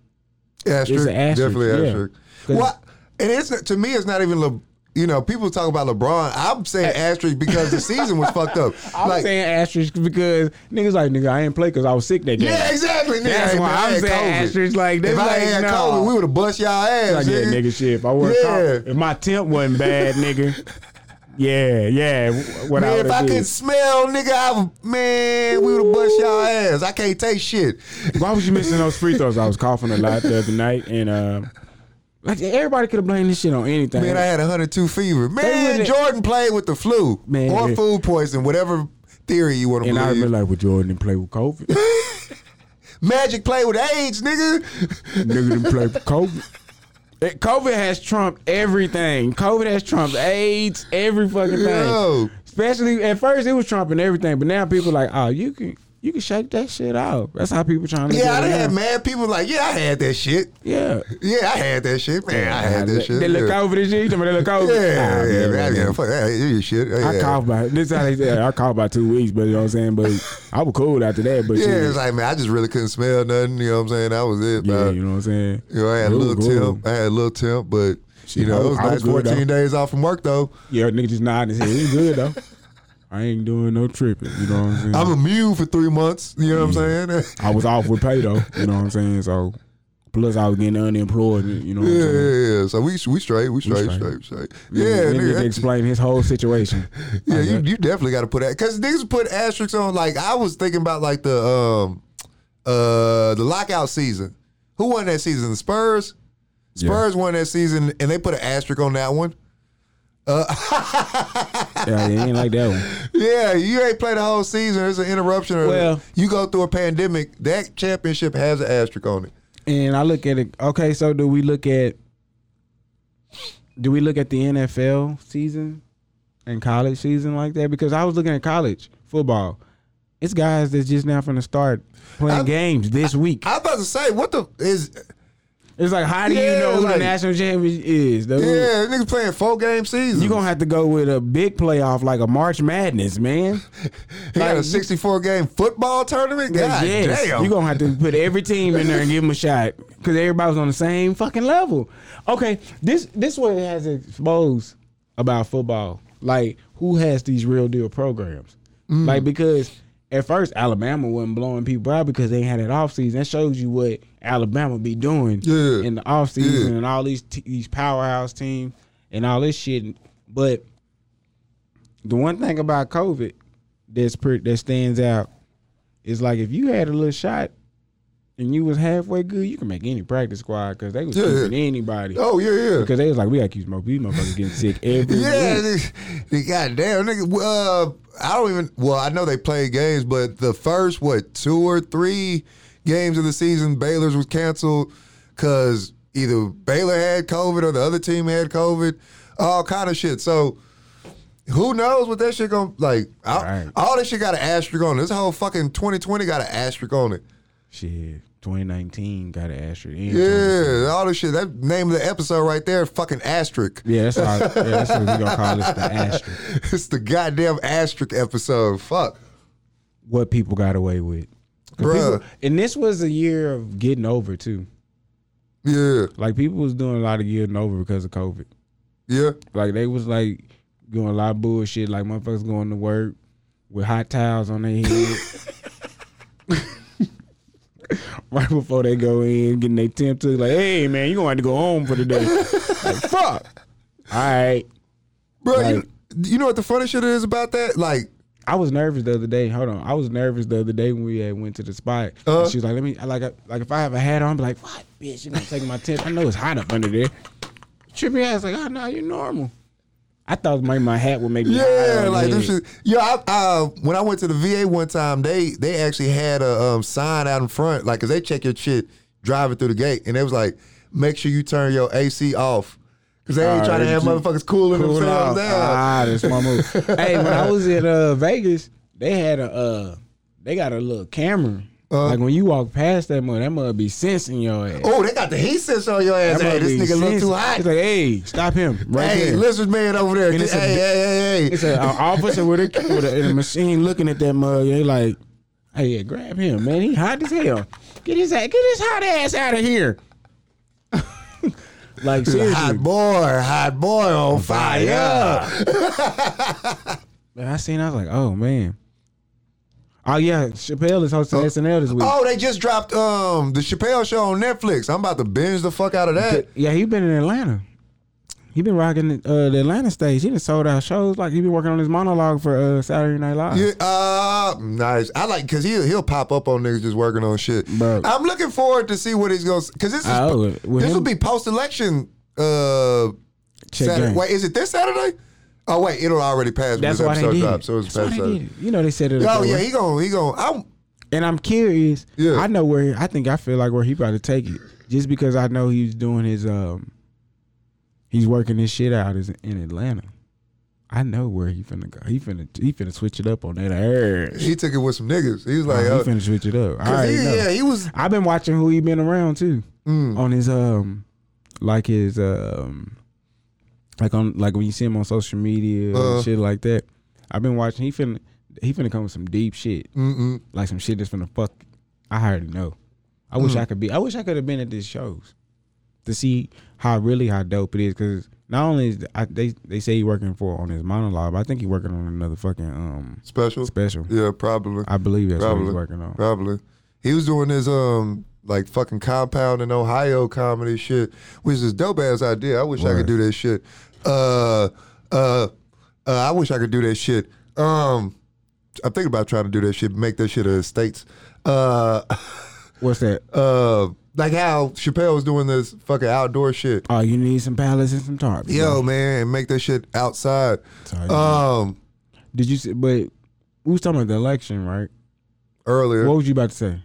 [SPEAKER 1] asterisk,
[SPEAKER 2] It's an asterisk,
[SPEAKER 1] definitely
[SPEAKER 2] yeah.
[SPEAKER 1] asterisk.
[SPEAKER 2] 'Cause-
[SPEAKER 1] Well, and it's not- to me, it's not even Le, you know people talk about LeBron. I'm saying asterisk because the season was fucked up.
[SPEAKER 2] I'm saying asterisk because niggas like nigga I ain't play because I was sick that day.
[SPEAKER 1] yeah, exactly. Nigga,
[SPEAKER 2] That's
[SPEAKER 1] Hey,
[SPEAKER 2] why
[SPEAKER 1] man, I
[SPEAKER 2] I'm
[SPEAKER 1] had
[SPEAKER 2] saying
[SPEAKER 1] COVID.
[SPEAKER 2] asterisk like that.
[SPEAKER 1] If I
[SPEAKER 2] like,
[SPEAKER 1] had
[SPEAKER 2] nah.
[SPEAKER 1] COVID, we would have bust y'all ass.
[SPEAKER 2] like, yeah, nigga, shit. If I were
[SPEAKER 1] Yeah.
[SPEAKER 2] if my temp wasn't bad, nigga. Yeah, yeah. What I
[SPEAKER 1] Man, if
[SPEAKER 2] would've
[SPEAKER 1] I
[SPEAKER 2] did.
[SPEAKER 1] could smell, nigga, I man, we would have bust y'all ass. I can't take shit.
[SPEAKER 2] Why was you missing those free throws? I was coughing a lot the other night, and uh, like everybody could have blamed this shit on anything.
[SPEAKER 1] Man, I had 102 fever. Man,
[SPEAKER 2] wouldn't-
[SPEAKER 1] Jordan played with the flu
[SPEAKER 2] Man.
[SPEAKER 1] or food poison, whatever theory you want to
[SPEAKER 2] and I
[SPEAKER 1] believe.
[SPEAKER 2] remember like, with Jordan didn't play with COVID.
[SPEAKER 1] Magic played with AIDS, nigga.
[SPEAKER 2] Nigga didn't play with COVID. That COVID has trumped everything. COVID has trumped AIDS, every fucking thing.
[SPEAKER 1] Yo.
[SPEAKER 2] Especially at first, it was trumping everything, but now people like, oh, you can you can shake that shit out. That's how people trying to.
[SPEAKER 1] Yeah, I done had mad people like, yeah, I had that shit.
[SPEAKER 2] Yeah.
[SPEAKER 1] Yeah, I had that shit, man. I had that shit.
[SPEAKER 2] They look
[SPEAKER 1] yeah.
[SPEAKER 2] over this shit. You talking about they look over.
[SPEAKER 1] Yeah,
[SPEAKER 2] Nah,
[SPEAKER 1] yeah,
[SPEAKER 2] man,
[SPEAKER 1] man.
[SPEAKER 2] man.
[SPEAKER 1] yeah, fuck that. Yeah, shit. Yeah.
[SPEAKER 2] I coughed by this is how they say I coughed by two weeks, but you know what I'm saying. But I was cold after that. But
[SPEAKER 1] Yeah,
[SPEAKER 2] shit.
[SPEAKER 1] it's like, man, I just really couldn't smell nothing. You know what I'm saying? That was it,
[SPEAKER 2] yeah,
[SPEAKER 1] man.
[SPEAKER 2] you know what I'm saying.
[SPEAKER 1] You know, I had a
[SPEAKER 2] It was
[SPEAKER 1] little
[SPEAKER 2] cold.
[SPEAKER 1] temp. I had a little temp, but you
[SPEAKER 2] Shit,
[SPEAKER 1] know,
[SPEAKER 2] I
[SPEAKER 1] it was
[SPEAKER 2] was- I
[SPEAKER 1] nice.
[SPEAKER 2] was good,
[SPEAKER 1] 14
[SPEAKER 2] though.
[SPEAKER 1] days off from work though. Mm-hmm.
[SPEAKER 2] Yeah, nigga just nodding his head. He good though. I ain't doing no tripping. You know what I'm saying.
[SPEAKER 1] I'm immune for three months. You know what I'm saying?
[SPEAKER 2] I was off with pay though. You know what I'm saying. So plus I was getting unemployed. You know what I'm
[SPEAKER 1] Yeah,
[SPEAKER 2] saying.
[SPEAKER 1] yeah, yeah. So we we straight, we straight,
[SPEAKER 2] straight.
[SPEAKER 1] straight, straight. Yeah,
[SPEAKER 2] Then
[SPEAKER 1] nigga,
[SPEAKER 2] nigga
[SPEAKER 1] that-
[SPEAKER 2] explain his whole situation.
[SPEAKER 1] yeah.
[SPEAKER 2] I
[SPEAKER 1] You,
[SPEAKER 2] got-
[SPEAKER 1] you definitely got to put that because niggas put asterisks on. Like I was thinking about like the um uh the lockout season. Who won that season? The Spurs.
[SPEAKER 2] Yeah.
[SPEAKER 1] Spurs won that season, and they put an asterisk on that one. Uh,
[SPEAKER 2] yeah, it ain't like that one.
[SPEAKER 1] Yeah, you ain't played the whole season. There's an interruption. Or
[SPEAKER 2] Well-
[SPEAKER 1] you go through a pandemic. That championship has an asterisk on it.
[SPEAKER 2] And I look at it. Okay, so do we look at? Do we look at the NFL season and college season like that? Because I was looking at college football. It's guys that's just now from the start playing
[SPEAKER 1] I-
[SPEAKER 2] games this week.
[SPEAKER 1] I was about to say, what the is?
[SPEAKER 2] it's like, how do
[SPEAKER 1] Yeah,
[SPEAKER 2] you know who
[SPEAKER 1] like-
[SPEAKER 2] the national champion is? though?
[SPEAKER 1] Yeah, niggas playing four game season.
[SPEAKER 2] You're gonna have to go with a big playoff like a March Madness, man.
[SPEAKER 1] He had a
[SPEAKER 2] Like,
[SPEAKER 1] 64 game football tournament? God
[SPEAKER 2] yes,
[SPEAKER 1] damn.
[SPEAKER 2] you're gonna have to put every team in there and give them a shot because everybody was on the same fucking level. Okay, this this what it has exposed about football, like who has these real deal programs,
[SPEAKER 1] Mm.
[SPEAKER 2] like because at first Alabama wasn't blowing people out because they had that offseason. That shows you what Alabama be doing
[SPEAKER 1] Yeah.
[SPEAKER 2] in the offseason
[SPEAKER 1] Yeah.
[SPEAKER 2] and all these t- these powerhouse teams and all this shit, but. The one thing about COVID that's pretty, that stands out is like if you had a little shot, and you was halfway good, you can make any practice squad because they was
[SPEAKER 1] Yeah,
[SPEAKER 2] keeping
[SPEAKER 1] yeah.
[SPEAKER 2] anybody.
[SPEAKER 1] Oh yeah, yeah.
[SPEAKER 2] Because they was like, we gotta keep smoking. These motherfuckers getting sick every
[SPEAKER 1] Yeah,
[SPEAKER 2] week.
[SPEAKER 1] this- the goddamn nigga. Uh, I don't even. Well, I know they played games, but the first what two or three games of the season, Baylor's was canceled because either Baylor had COVID or the other team had COVID, all kind of shit. So who knows what that shit gonna like? All,
[SPEAKER 2] Right.
[SPEAKER 1] all this shit got an asterisk on it. This whole fucking 2020 got an asterisk on it.
[SPEAKER 2] Shit, 2019 got an asterisk. in.
[SPEAKER 1] Yeah, all this shit. That name of the episode right there, fucking asterisk.
[SPEAKER 2] yeah, that's all. Yeah, that's what we gonna call this the asterisk.
[SPEAKER 1] it's the goddamn asterisk episode. Fuck.
[SPEAKER 2] what people got away with. 'Cause
[SPEAKER 1] Bruh.
[SPEAKER 2] people- and this was a year of getting over too.
[SPEAKER 1] Yeah,
[SPEAKER 2] Like people was doing a lot of getting over because of COVID.
[SPEAKER 1] yeah,
[SPEAKER 2] Like they was like doing a lot of bullshit. Like motherfuckers going to work with hot towels on their head. Right before they go in, getting their temp took, like, hey man, you gonna have to go home for the day. like, fuck. All right.
[SPEAKER 1] bro.
[SPEAKER 2] Like-
[SPEAKER 1] you, you know what the funny shit is about that? Like,
[SPEAKER 2] I was nervous the other day. Hold on, I was nervous the other day when we had went to the spot.
[SPEAKER 1] Uh-huh.
[SPEAKER 2] And she was like, "Let me I like I, like if I have a hat on, I'm like, what, bitch? You gonna take my tent? I know it's hot up under there." Trippy ass like, "Oh no, you're normal." I thought my my hat would make me high
[SPEAKER 1] yeah,
[SPEAKER 2] on
[SPEAKER 1] like
[SPEAKER 2] the
[SPEAKER 1] this
[SPEAKER 2] head.
[SPEAKER 1] shit. Yo, I, uh, when I went to the VA one time, they they actually had a um, sign out in front, like, cause they check your shit driving through the gate, and they was like, make sure you turn your AC off, cause they ain't
[SPEAKER 2] Ah,
[SPEAKER 1] trying to
[SPEAKER 2] they
[SPEAKER 1] have
[SPEAKER 2] keep
[SPEAKER 1] motherfuckers cooling
[SPEAKER 2] Cool off.
[SPEAKER 1] themselves down.
[SPEAKER 2] Ah, that's my move. hey, when I was in uh, Vegas, they had a uh, they got a little camera. like when you walk past that mother, that mother be sensing your ass.
[SPEAKER 1] Uh-huh. Oh, they got the heat sensor on your ass.
[SPEAKER 2] That
[SPEAKER 1] Hey,
[SPEAKER 2] mother
[SPEAKER 1] this
[SPEAKER 2] be
[SPEAKER 1] nigga look
[SPEAKER 2] sensing-
[SPEAKER 1] too hot.
[SPEAKER 2] It's like, hey, stop him right
[SPEAKER 1] hey,
[SPEAKER 2] there.
[SPEAKER 1] lizard man over there.
[SPEAKER 2] And
[SPEAKER 1] Hey,
[SPEAKER 2] it's a-
[SPEAKER 1] hey, hey, hey,
[SPEAKER 2] It's a- an officer with a, with a, in a machine looking at that mug. They like, hey, yeah, grab him, man. He hot as hell. Get his ass, get his hot ass out of here. like seriously,
[SPEAKER 1] Hot boy, hot boy on fire.
[SPEAKER 2] Man, I seen. I was like, oh man. Oh yeah, Chappelle is hosting SNL this week.
[SPEAKER 1] Oh, they just dropped um the Chappelle show on Netflix. I'm about to binge the fuck out of that.
[SPEAKER 2] Yeah, he been in Atlanta. He been rocking uh, the Atlanta stage. He done sold out shows. Like he been working on his monologue for uh, Saturday Night Live.
[SPEAKER 1] Yeah, uh, nice. I like because he he'll pop up on niggas just working on shit.
[SPEAKER 2] Bro.
[SPEAKER 1] I'm looking forward to see what he's gonna because this is
[SPEAKER 2] Oh, with- with
[SPEAKER 1] this will
[SPEAKER 2] him-
[SPEAKER 1] be post election. Uh,
[SPEAKER 2] Check
[SPEAKER 1] Saturday.
[SPEAKER 2] game.
[SPEAKER 1] Wait, is it this Saturday? Oh wait, it'll already pass.
[SPEAKER 2] That's
[SPEAKER 1] when
[SPEAKER 2] why
[SPEAKER 1] this
[SPEAKER 2] they
[SPEAKER 1] episode
[SPEAKER 2] did.
[SPEAKER 1] dropped,
[SPEAKER 2] it.
[SPEAKER 1] so it's
[SPEAKER 2] That's
[SPEAKER 1] past
[SPEAKER 2] why they
[SPEAKER 1] Saturday.
[SPEAKER 2] did it. You know they said it.
[SPEAKER 1] uh, Oh
[SPEAKER 2] Oh
[SPEAKER 1] yeah, he gonna he gonna. I'm,
[SPEAKER 2] And I'm curious.
[SPEAKER 1] Yeah.
[SPEAKER 2] I know where I think I feel like where he about to take it, just because I know he's doing his um, he's working his shit out is in Atlanta. I know where he finna go. He finna he finna switch it up on that ass.
[SPEAKER 1] he took it with some niggas. He was like,
[SPEAKER 2] he
[SPEAKER 1] uh,
[SPEAKER 2] finna switch it up. I
[SPEAKER 1] 'cause
[SPEAKER 2] already
[SPEAKER 1] he-
[SPEAKER 2] know.
[SPEAKER 1] yeah, he was.
[SPEAKER 2] I've been watching who he been around too
[SPEAKER 1] Mm,
[SPEAKER 2] on his um, like his um, like on like when you see him on social media
[SPEAKER 1] Uh.
[SPEAKER 2] and shit like that. I've been watching. He finna he finna come with some deep shit
[SPEAKER 1] mm-mm.
[SPEAKER 2] like some shit that's gonna fuck. I already know. I wish I could be. I wish I could have been at these shows to see how really how dope it is. Because not only is I, they they say he working for on his monologue, but I think he working on another fucking um
[SPEAKER 1] Special.
[SPEAKER 2] special.
[SPEAKER 1] Yeah, probably.
[SPEAKER 2] I believe that's
[SPEAKER 1] Probably.
[SPEAKER 2] what he's working on.
[SPEAKER 1] Probably. He was doing his um like fucking compound in Ohio comedy shit, which is dope ass idea. I wish I could
[SPEAKER 2] Word.
[SPEAKER 1] do that shit. Uh, uh, uh, I wish I could do that shit. Um, I'm thinking about trying to do that shit, make that shit a states. Uh,
[SPEAKER 2] What's that?
[SPEAKER 1] uh, like how Chappelle was doing this fucking outdoor shit.
[SPEAKER 2] Oh, you need some pallets and some tarps.
[SPEAKER 1] Yo,
[SPEAKER 2] bro.
[SPEAKER 1] man, make that shit outside.
[SPEAKER 2] Sorry.
[SPEAKER 1] Um,
[SPEAKER 2] did you see? But we was talking about the election, right?
[SPEAKER 1] earlier,
[SPEAKER 2] What was you about to say?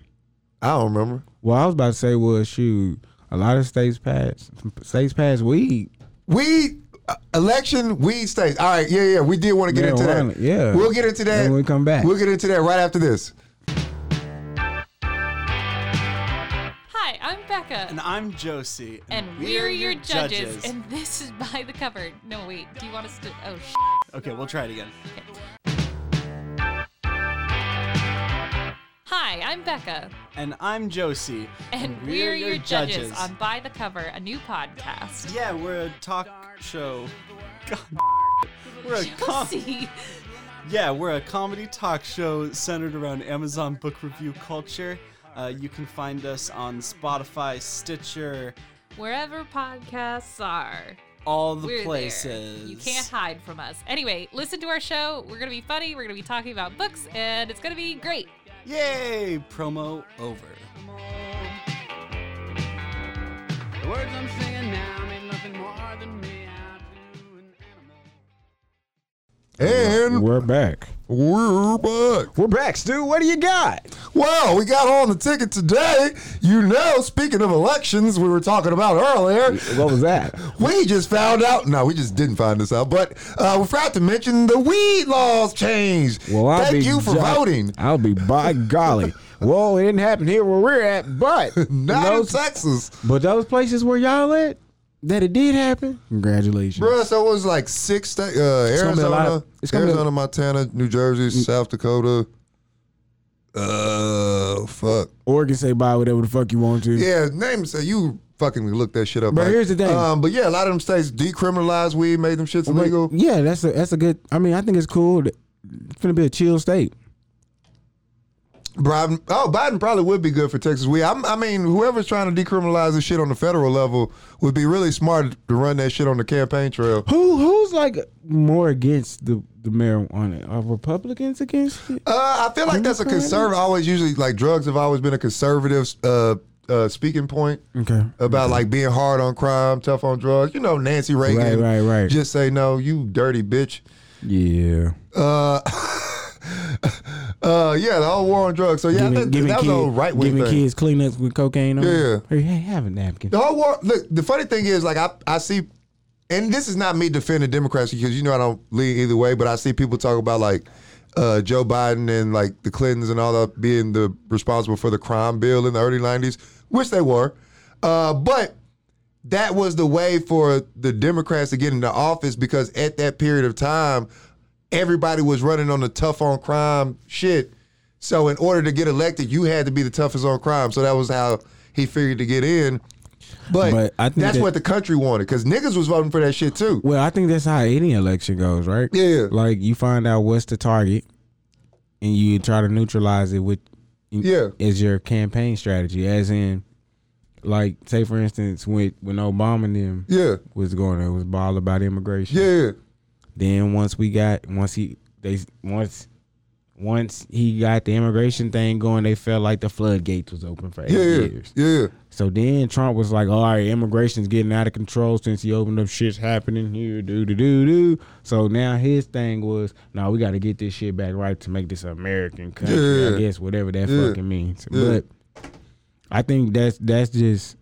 [SPEAKER 1] I don't remember.
[SPEAKER 2] Well, I was about to say was shoot, a lot of states passed states passed weed.
[SPEAKER 1] We uh, election weed states. All right, yeah, yeah. We did want to get into
[SPEAKER 2] Marijuana,
[SPEAKER 1] that.
[SPEAKER 2] yeah.
[SPEAKER 1] we'll get into that
[SPEAKER 2] When we come back.
[SPEAKER 1] We'll get into that right after this.
[SPEAKER 6] Hi, I'm Becca.
[SPEAKER 7] And I'm Josie.
[SPEAKER 6] And we're your judges. And this is By the Cupboard. No, wait. Do you want us to. Oh, sh.
[SPEAKER 7] okay, we'll try it again.
[SPEAKER 6] Hi, I'm Becca.
[SPEAKER 7] And I'm Josie.
[SPEAKER 6] And we're, your, judges, on By the Cover, a new podcast.
[SPEAKER 7] Yeah, we're a talk show. God, we're a com-
[SPEAKER 6] Josie.
[SPEAKER 7] yeah, we're a comedy talk show centered around Amazon book review culture. Uh, you can find us on Spotify, Stitcher,
[SPEAKER 6] Wherever podcasts are,
[SPEAKER 7] all the
[SPEAKER 6] we're
[SPEAKER 7] places.
[SPEAKER 6] there. You can't hide from us. Anyway, listen to our show. We're going to be funny. We're going to be talking about books, and it's going to be great.
[SPEAKER 7] Yay! Promo over.
[SPEAKER 8] words I'm singing now mean nothing more than me out to an animal.
[SPEAKER 1] And
[SPEAKER 2] We're back.
[SPEAKER 1] we're back.
[SPEAKER 2] We're back, Stu. What do you got?
[SPEAKER 1] Well, we got on the ticket today. You know, speaking of elections, we were talking about earlier.
[SPEAKER 2] What was that?
[SPEAKER 1] We just found out. No, we just didn't find this out, but uh, we forgot to mention the weed laws changed.
[SPEAKER 2] Well, I'll
[SPEAKER 1] thank
[SPEAKER 2] be
[SPEAKER 1] you for
[SPEAKER 2] jo-
[SPEAKER 1] voting.
[SPEAKER 2] I'll be by golly. Well, it didn't happen here where we're at, but
[SPEAKER 1] Not
[SPEAKER 2] those,
[SPEAKER 1] in Texas,
[SPEAKER 2] but those places where y'all at, that it did happen. Congratulations.
[SPEAKER 1] bro. So it was like six sta- uh,
[SPEAKER 2] gonna be a
[SPEAKER 1] Arizona,
[SPEAKER 2] lot of- it's gonna be a- Mm.
[SPEAKER 1] Arizona, Montana, New Jersey, South Dakota. Uh, fuck.
[SPEAKER 2] Oregon say buy whatever the fuck you want to.
[SPEAKER 1] Yeah, names. Uh, you fucking look that shit up.
[SPEAKER 2] But
[SPEAKER 1] Mike.
[SPEAKER 2] here's the thing.
[SPEAKER 1] Um, but yeah, a lot of them states decriminalized weed, made them shits
[SPEAKER 2] But,
[SPEAKER 1] illegal.
[SPEAKER 2] yeah, that's a that's a good. I mean, I think it's cool. that- It's gonna be a chill state.
[SPEAKER 1] Biden, oh, Biden probably would be good for Texas weed. I'm, I mean, whoever's trying to decriminalize this shit on the federal level would be really smart to run that shit on the campaign trail.
[SPEAKER 2] Who who's like more against the the marijuana? Are Republicans against it?
[SPEAKER 1] Uh, I feel like that's a conservative. Always, usually, like drugs have always been a conservative uh, uh, speaking point
[SPEAKER 2] Okay.
[SPEAKER 1] about like being hard on crime, tough on drugs. You know, Nancy Reagan.
[SPEAKER 2] Right, right, right.
[SPEAKER 1] Just say no, you dirty bitch.
[SPEAKER 2] Yeah.
[SPEAKER 1] Uh, uh, yeah, the whole war on drugs. So yeah, I think that was the whole right wing
[SPEAKER 2] giving
[SPEAKER 1] thing.
[SPEAKER 2] kids Kleenex with cocaine on. it.
[SPEAKER 1] Yeah.
[SPEAKER 2] Hey, hey, have a napkin.
[SPEAKER 1] The whole war. Look, the funny thing is, like, I I see, and this is not me defending Democrats because you know I don't lean either way, but I see people talk about like uh, Joe Biden and like the Clintons and all that being the responsible for the crime bill in the early '90s, which they were, uh, but. That was the way for the Democrats to get into office because at that period of time, everybody was running on the tough on crime shit. So in order to get elected, you had to be the toughest on crime. So that was how he figured to get in. But,
[SPEAKER 2] But I think
[SPEAKER 1] that's
[SPEAKER 2] that-
[SPEAKER 1] what the country wanted because niggas was voting for that shit too.
[SPEAKER 2] Well, I think that's how any election goes, right?
[SPEAKER 1] Yeah.
[SPEAKER 2] Like you find out what's the target, and you try to neutralize it with
[SPEAKER 1] Yeah.
[SPEAKER 2] as your campaign strategy. As in, like say for instance, when when Obama and them
[SPEAKER 1] Yeah,
[SPEAKER 2] was going, it was all about immigration.
[SPEAKER 1] yeah,
[SPEAKER 2] Then once we got once he they once once he got the immigration thing going, they felt like the floodgates was open for eight
[SPEAKER 1] yeah,
[SPEAKER 2] years.
[SPEAKER 1] yeah.
[SPEAKER 2] So then Trump was like, "All right, immigration's getting out of control since he opened up. Shit's happening here, do do do do." So now his thing was, "No, we got to get this shit back right to make this American country."
[SPEAKER 1] Yeah.
[SPEAKER 2] I guess whatever that
[SPEAKER 1] Yeah.
[SPEAKER 2] fucking means.
[SPEAKER 1] Yeah.
[SPEAKER 2] But I think that's that's just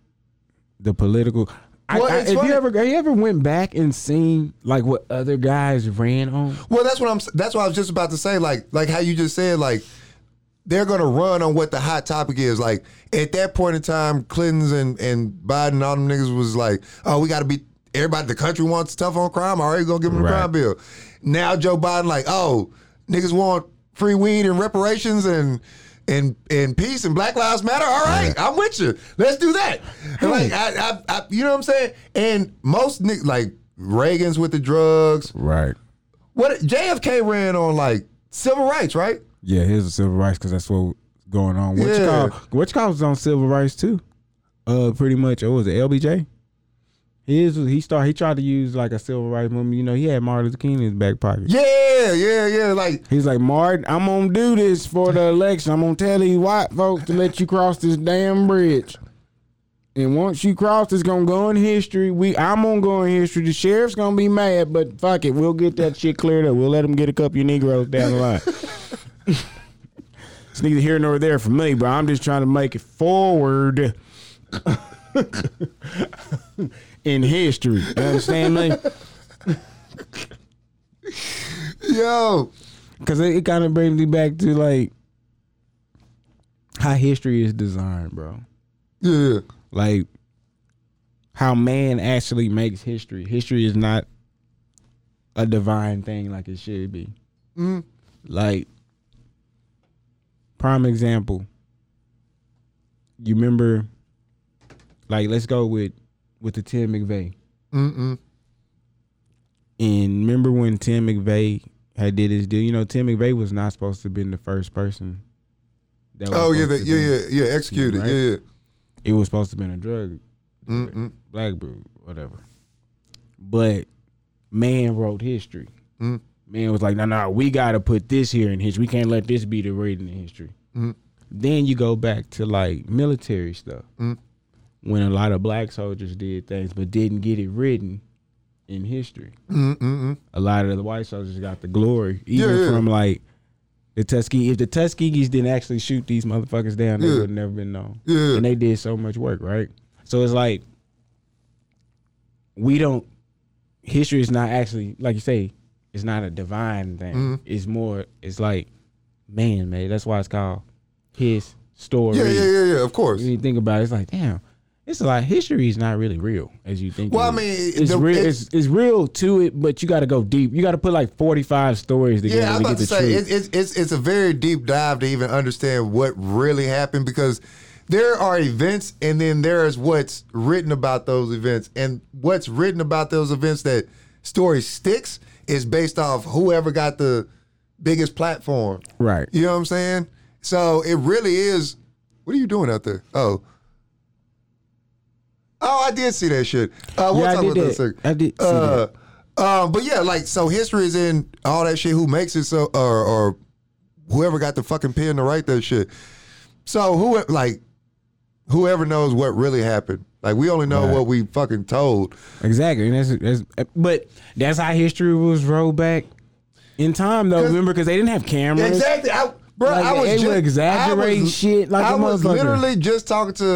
[SPEAKER 2] the political. I,
[SPEAKER 1] Well,
[SPEAKER 2] I-
[SPEAKER 1] it's
[SPEAKER 2] if
[SPEAKER 1] funny-
[SPEAKER 2] you ever, have you ever went back and seen like what other guys ran on?
[SPEAKER 1] Well, that's what I'm. That's what I was just about to say. Like, like how you just said, like they're gonna run on what the hot topic is. Like at that point in time, Clinton's and and Biden, and all them niggas was like, oh, we got to be everybody. The country wants tough on crime. All right, gonna give them the
[SPEAKER 2] Right.
[SPEAKER 1] crime bill. Now Joe Biden, like, oh, niggas want free weed and reparations and. And, and peace and Black Lives Matter. All right, I'm with you. Let's do that. And like I, I, I, you know what I'm saying. And most ni- like Reagan's with the drugs.
[SPEAKER 2] Right.
[SPEAKER 1] What JFK ran on like civil rights, right?
[SPEAKER 2] Yeah, here's the civil rights because that's what's going on. What you
[SPEAKER 1] Yeah.
[SPEAKER 2] call what you call was on civil rights too. Uh, pretty much. Or was it LBJ? His he started he tried to use like a civil rights movement. You know, he had Martin Luther King in his back pocket.
[SPEAKER 1] Yeah, yeah, yeah. Like
[SPEAKER 2] He's like, Martin, I'm gonna do this for the election. I'm gonna tell these white folks to let you cross this damn bridge. And once you cross, it's gonna go in history. We, I'm gonna go in history. The sheriff's gonna be mad, but fuck it, we'll get that shit cleared up. We'll let them get a couple of Negroes down the line. it's neither here nor there for me, but I'm just trying to make it forward in history. You understand me?
[SPEAKER 1] yo,
[SPEAKER 2] Because it, it kind of brings me back to like how history is designed, bro.
[SPEAKER 1] yeah,
[SPEAKER 2] Like how man actually makes history. History is not a divine thing like it should be.
[SPEAKER 1] Mm-hmm.
[SPEAKER 2] Like prime example. You remember, like let's go with with the Tim McVeigh.
[SPEAKER 1] mm-mm,
[SPEAKER 2] And remember when Tim McVeigh had did his deal? You know, Tim McVeigh was not supposed to have been the first person. That was
[SPEAKER 1] oh yeah,
[SPEAKER 2] supposed
[SPEAKER 1] that,
[SPEAKER 2] to
[SPEAKER 1] yeah,
[SPEAKER 2] be-
[SPEAKER 1] yeah, yeah, executed,
[SPEAKER 2] Right.
[SPEAKER 1] yeah, yeah, Mm,
[SPEAKER 2] It was supposed to have been a drug,
[SPEAKER 1] mm-mm,
[SPEAKER 2] black brew, whatever. But man wrote history.
[SPEAKER 1] Mm.
[SPEAKER 2] Man was like, no, no, we got to put this here in history. We can't let this be the reading in history.
[SPEAKER 1] Mm.
[SPEAKER 2] Then you go back to like military stuff.
[SPEAKER 1] Mm.
[SPEAKER 2] when a lot of black soldiers did things but didn't get it written in history.
[SPEAKER 1] Mm-mm-mm.
[SPEAKER 2] A lot of the white soldiers got the glory, even
[SPEAKER 1] Yeah, yeah.
[SPEAKER 2] from like the Tuskegee. If the Tuskegees didn't actually shoot these motherfuckers down, they
[SPEAKER 1] Yeah.
[SPEAKER 2] would have never been known.
[SPEAKER 1] Yeah.
[SPEAKER 2] And they did so much work, right? So it's like we don't. History is not actually like you say. It's not a divine thing.
[SPEAKER 1] Mhm.
[SPEAKER 2] It's more. It's like man made. That's why it's called his story.
[SPEAKER 1] Yeah, yeah, yeah, yeah. Of course.
[SPEAKER 2] When you think about it, it's like damn. It's like history is not really real as you think.
[SPEAKER 1] Well,
[SPEAKER 2] it
[SPEAKER 1] I
[SPEAKER 2] is.
[SPEAKER 1] mean,
[SPEAKER 2] it's
[SPEAKER 1] the-
[SPEAKER 2] real.
[SPEAKER 1] it-
[SPEAKER 2] It's, it's real to it, but you got to go deep. You got to put like forty five stories together
[SPEAKER 1] Yeah, I was
[SPEAKER 2] to get
[SPEAKER 1] about to
[SPEAKER 2] the
[SPEAKER 1] say
[SPEAKER 2] truth.
[SPEAKER 1] it's, it's it's it's a very deep dive to even understand what really happened because there are events and then there is what's written about those events and what's written about those events that story sticks is based off whoever got the biggest platform.
[SPEAKER 2] right.
[SPEAKER 1] You know what I'm saying? So it really is. What are you doing out there? Oh. Oh, I did see that shit. Uh, we'll
[SPEAKER 2] Yeah, I
[SPEAKER 1] talk
[SPEAKER 2] did
[SPEAKER 1] about that in a
[SPEAKER 2] that.
[SPEAKER 1] second.
[SPEAKER 2] I did see
[SPEAKER 1] Uh, uh, but yeah, like so, history is in all that shit. Who makes it so, or or whoever got the fucking pen to write that shit. So who like whoever knows what really happened? Like we only know
[SPEAKER 2] Right.
[SPEAKER 1] what we fucking told.
[SPEAKER 2] Exactly, and that's, that's but that's how history was rolled back in time, though.
[SPEAKER 1] 'Cause-
[SPEAKER 2] Remember, because they didn't have cameras.
[SPEAKER 1] Exactly. I, bro,
[SPEAKER 2] Like,
[SPEAKER 1] I was
[SPEAKER 2] they
[SPEAKER 1] ju-
[SPEAKER 2] would exaggerate
[SPEAKER 1] I was-
[SPEAKER 2] shit like
[SPEAKER 1] I
[SPEAKER 2] a
[SPEAKER 1] was
[SPEAKER 2] motherfucker.
[SPEAKER 1] literally just talking to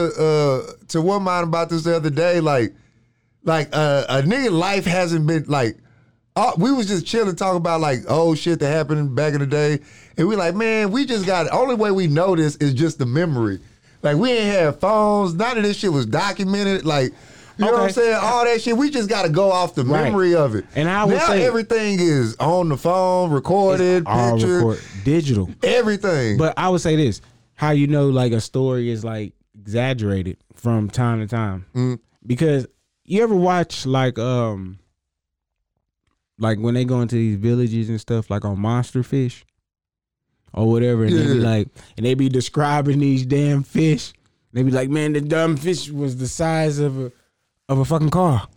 [SPEAKER 1] uh to one mind about this the other day. Like, like uh, a nigga life hasn't been like. Uh, we was just chilling, talking about like old shit that happened back in the day, and we like, man, we just got. Only way we know this is just the memory. Like we ain't had phones. None of this shit was documented. Like. You know what I'm
[SPEAKER 2] Okay.
[SPEAKER 1] saying? All that shit. We just got to go off the
[SPEAKER 2] Right.
[SPEAKER 1] memory of it.
[SPEAKER 2] And I would
[SPEAKER 1] now
[SPEAKER 2] say-
[SPEAKER 1] everything is on the phone, recorded,
[SPEAKER 2] all
[SPEAKER 1] picture,
[SPEAKER 2] record digital.
[SPEAKER 1] everything.
[SPEAKER 2] But I would say this: how you know like a story is like exaggerated from time to time
[SPEAKER 1] Mm.
[SPEAKER 2] because you ever watch like um like when they go into these villages and stuff like on monster fish or whatever and they be
[SPEAKER 1] Yeah.
[SPEAKER 2] like and they be describing these damn fish they be like man the dumb fish was the size of a of a fucking car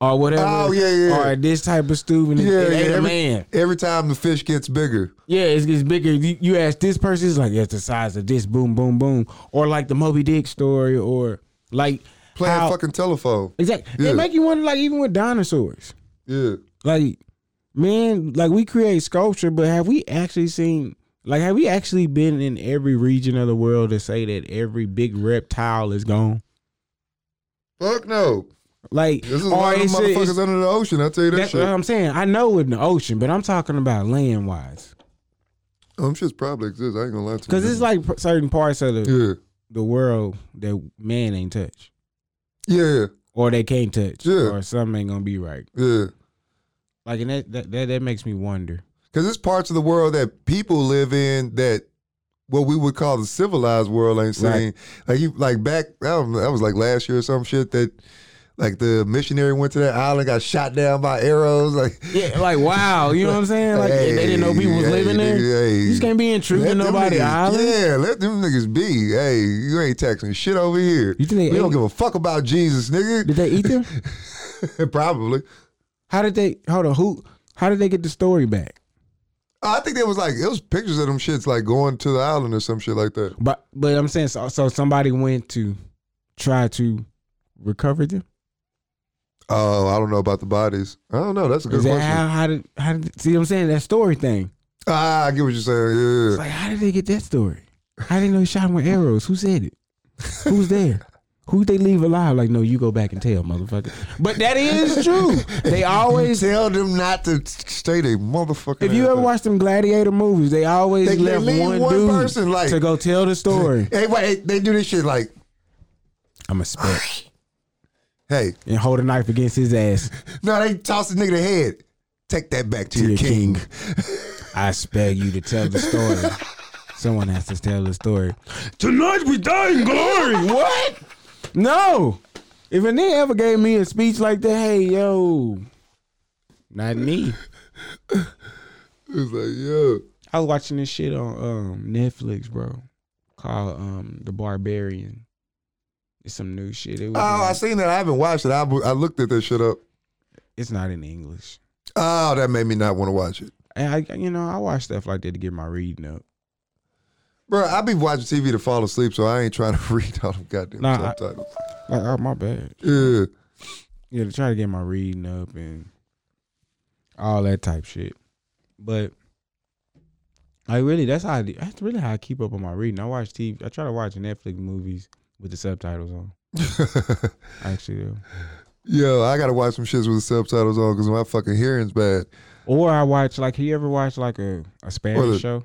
[SPEAKER 2] or whatever
[SPEAKER 1] Oh, yeah, yeah.
[SPEAKER 2] or this type of stupid and
[SPEAKER 1] yeah,
[SPEAKER 2] it
[SPEAKER 1] yeah,
[SPEAKER 2] ate a
[SPEAKER 1] every,
[SPEAKER 2] man
[SPEAKER 1] every time the fish gets bigger.
[SPEAKER 2] yeah, it's, it's bigger. You, you ask this person, it's like it's the size of this. Boom, boom, boom. Or like the Moby Dick story, or like
[SPEAKER 1] Playing
[SPEAKER 2] how-
[SPEAKER 1] fucking telephone.
[SPEAKER 2] exactly.
[SPEAKER 1] Yeah.
[SPEAKER 2] They make you wonder, like even with dinosaurs,
[SPEAKER 1] Yeah.
[SPEAKER 2] like man, like we create sculpture, but have we actually seen? Like, have we actually been in every region of the world to say that every big reptile is gone?
[SPEAKER 1] Fuck no.
[SPEAKER 2] Like,
[SPEAKER 1] This is
[SPEAKER 2] or
[SPEAKER 1] why them
[SPEAKER 2] it's- it's-
[SPEAKER 1] motherfuckers under the ocean. I tell you that
[SPEAKER 2] that's
[SPEAKER 1] shit.
[SPEAKER 2] what I'm saying. I know in the ocean, but I'm talking about land wise,
[SPEAKER 1] Um, shit's probably exists. I ain't gonna lie to you.
[SPEAKER 2] because it's like p- certain parts of the
[SPEAKER 1] Mm-hmm. Yeah.
[SPEAKER 2] the world that man ain't touched.
[SPEAKER 1] Yeah.
[SPEAKER 2] or they can't touch,
[SPEAKER 1] Yeah.
[SPEAKER 2] or something ain't gonna be right.
[SPEAKER 1] Yeah.
[SPEAKER 2] Like, and that that that, that makes me wonder.
[SPEAKER 1] Because it's parts of the world that people live in that what we would call the civilized world ain't seen.
[SPEAKER 2] Right.
[SPEAKER 1] Like you, like back I don't know, that was like last year or some shit that like the missionary went to that island, got shot down by arrows. Like
[SPEAKER 2] Yeah, like wow, you know what I'm saying? Like they didn't know people was
[SPEAKER 1] Hey,
[SPEAKER 2] living there.
[SPEAKER 1] hey, hey.
[SPEAKER 2] You just can't be intruding
[SPEAKER 1] Let them
[SPEAKER 2] nobody
[SPEAKER 1] niggas-
[SPEAKER 2] island.
[SPEAKER 1] Yeah, let them niggas be. Hey, you ain't taxing shit over here.
[SPEAKER 2] You think they
[SPEAKER 1] we don't
[SPEAKER 2] ate-
[SPEAKER 1] give a fuck about Jesus, nigga?
[SPEAKER 2] Did they eat them?
[SPEAKER 1] Probably.
[SPEAKER 2] How did they? Hold on, who? How did they get the story back?
[SPEAKER 1] I think there was like it was pictures of them shits like going to the island or some shit like that.
[SPEAKER 2] But but I'm saying so, so somebody went to try to recover them.
[SPEAKER 1] Oh, I don't know about the bodies. I don't know. That's a good
[SPEAKER 2] Is that
[SPEAKER 1] question.
[SPEAKER 2] how, how did how did see? What I'm saying that story thing.
[SPEAKER 1] ah, I get what you're saying. Yeah,
[SPEAKER 2] It's like how did they get that story? How did they know he shot him with arrows? Who said it? Who's there? Who they leave alive? Like no, you go back and tell motherfucker. But that is true. They always
[SPEAKER 1] tell them not to stay they motherfucking.
[SPEAKER 2] If you ever
[SPEAKER 1] ass.
[SPEAKER 2] watch them gladiator movies, they always
[SPEAKER 1] They- they
[SPEAKER 2] left
[SPEAKER 1] leave
[SPEAKER 2] one,
[SPEAKER 1] one
[SPEAKER 2] dude
[SPEAKER 1] person, like-
[SPEAKER 2] to go tell the story.
[SPEAKER 1] hey, wait, they do this shit like,
[SPEAKER 2] I'm a spec
[SPEAKER 1] hey,
[SPEAKER 2] and hold a knife against his ass.
[SPEAKER 1] no, they toss the nigga the head. Take that back to,
[SPEAKER 2] To
[SPEAKER 1] your,
[SPEAKER 2] your
[SPEAKER 1] king.
[SPEAKER 2] king. I expect you to tell the story. Someone has to tell the story. Tonight we die in glory. what? No. If a nigga ever gave me a speech like that, hey yo, not me.
[SPEAKER 1] It's like, yo,
[SPEAKER 2] I was watching this shit on um, Netflix, bro, called um, The Barbarian. It's some new shit. It was,
[SPEAKER 1] oh, I
[SPEAKER 2] like-
[SPEAKER 1] seen that. I haven't watched it. I, I looked at that shit up.
[SPEAKER 2] it's not in English.
[SPEAKER 1] Oh, that made me not want to watch it.
[SPEAKER 2] And I, you know, I watch stuff like that to get my reading up.
[SPEAKER 1] Bro, I be watching TV to fall asleep, so I ain't trying to read all them goddamn
[SPEAKER 2] Nah, I-
[SPEAKER 1] subtitles.
[SPEAKER 2] Like, oh my bad.
[SPEAKER 1] Yeah.
[SPEAKER 2] Yeah, to try to get my reading up and all that type shit. But like really that's how I do, that's really how I keep up on my reading. I watch TV I try to watch Netflix movies with the subtitles on. Actually though.
[SPEAKER 1] Yo, I gotta watch some shits with the subtitles on because my fucking hearing's bad.
[SPEAKER 2] Or I watch like have you ever watched like a, a Spanish
[SPEAKER 1] the-
[SPEAKER 2] show?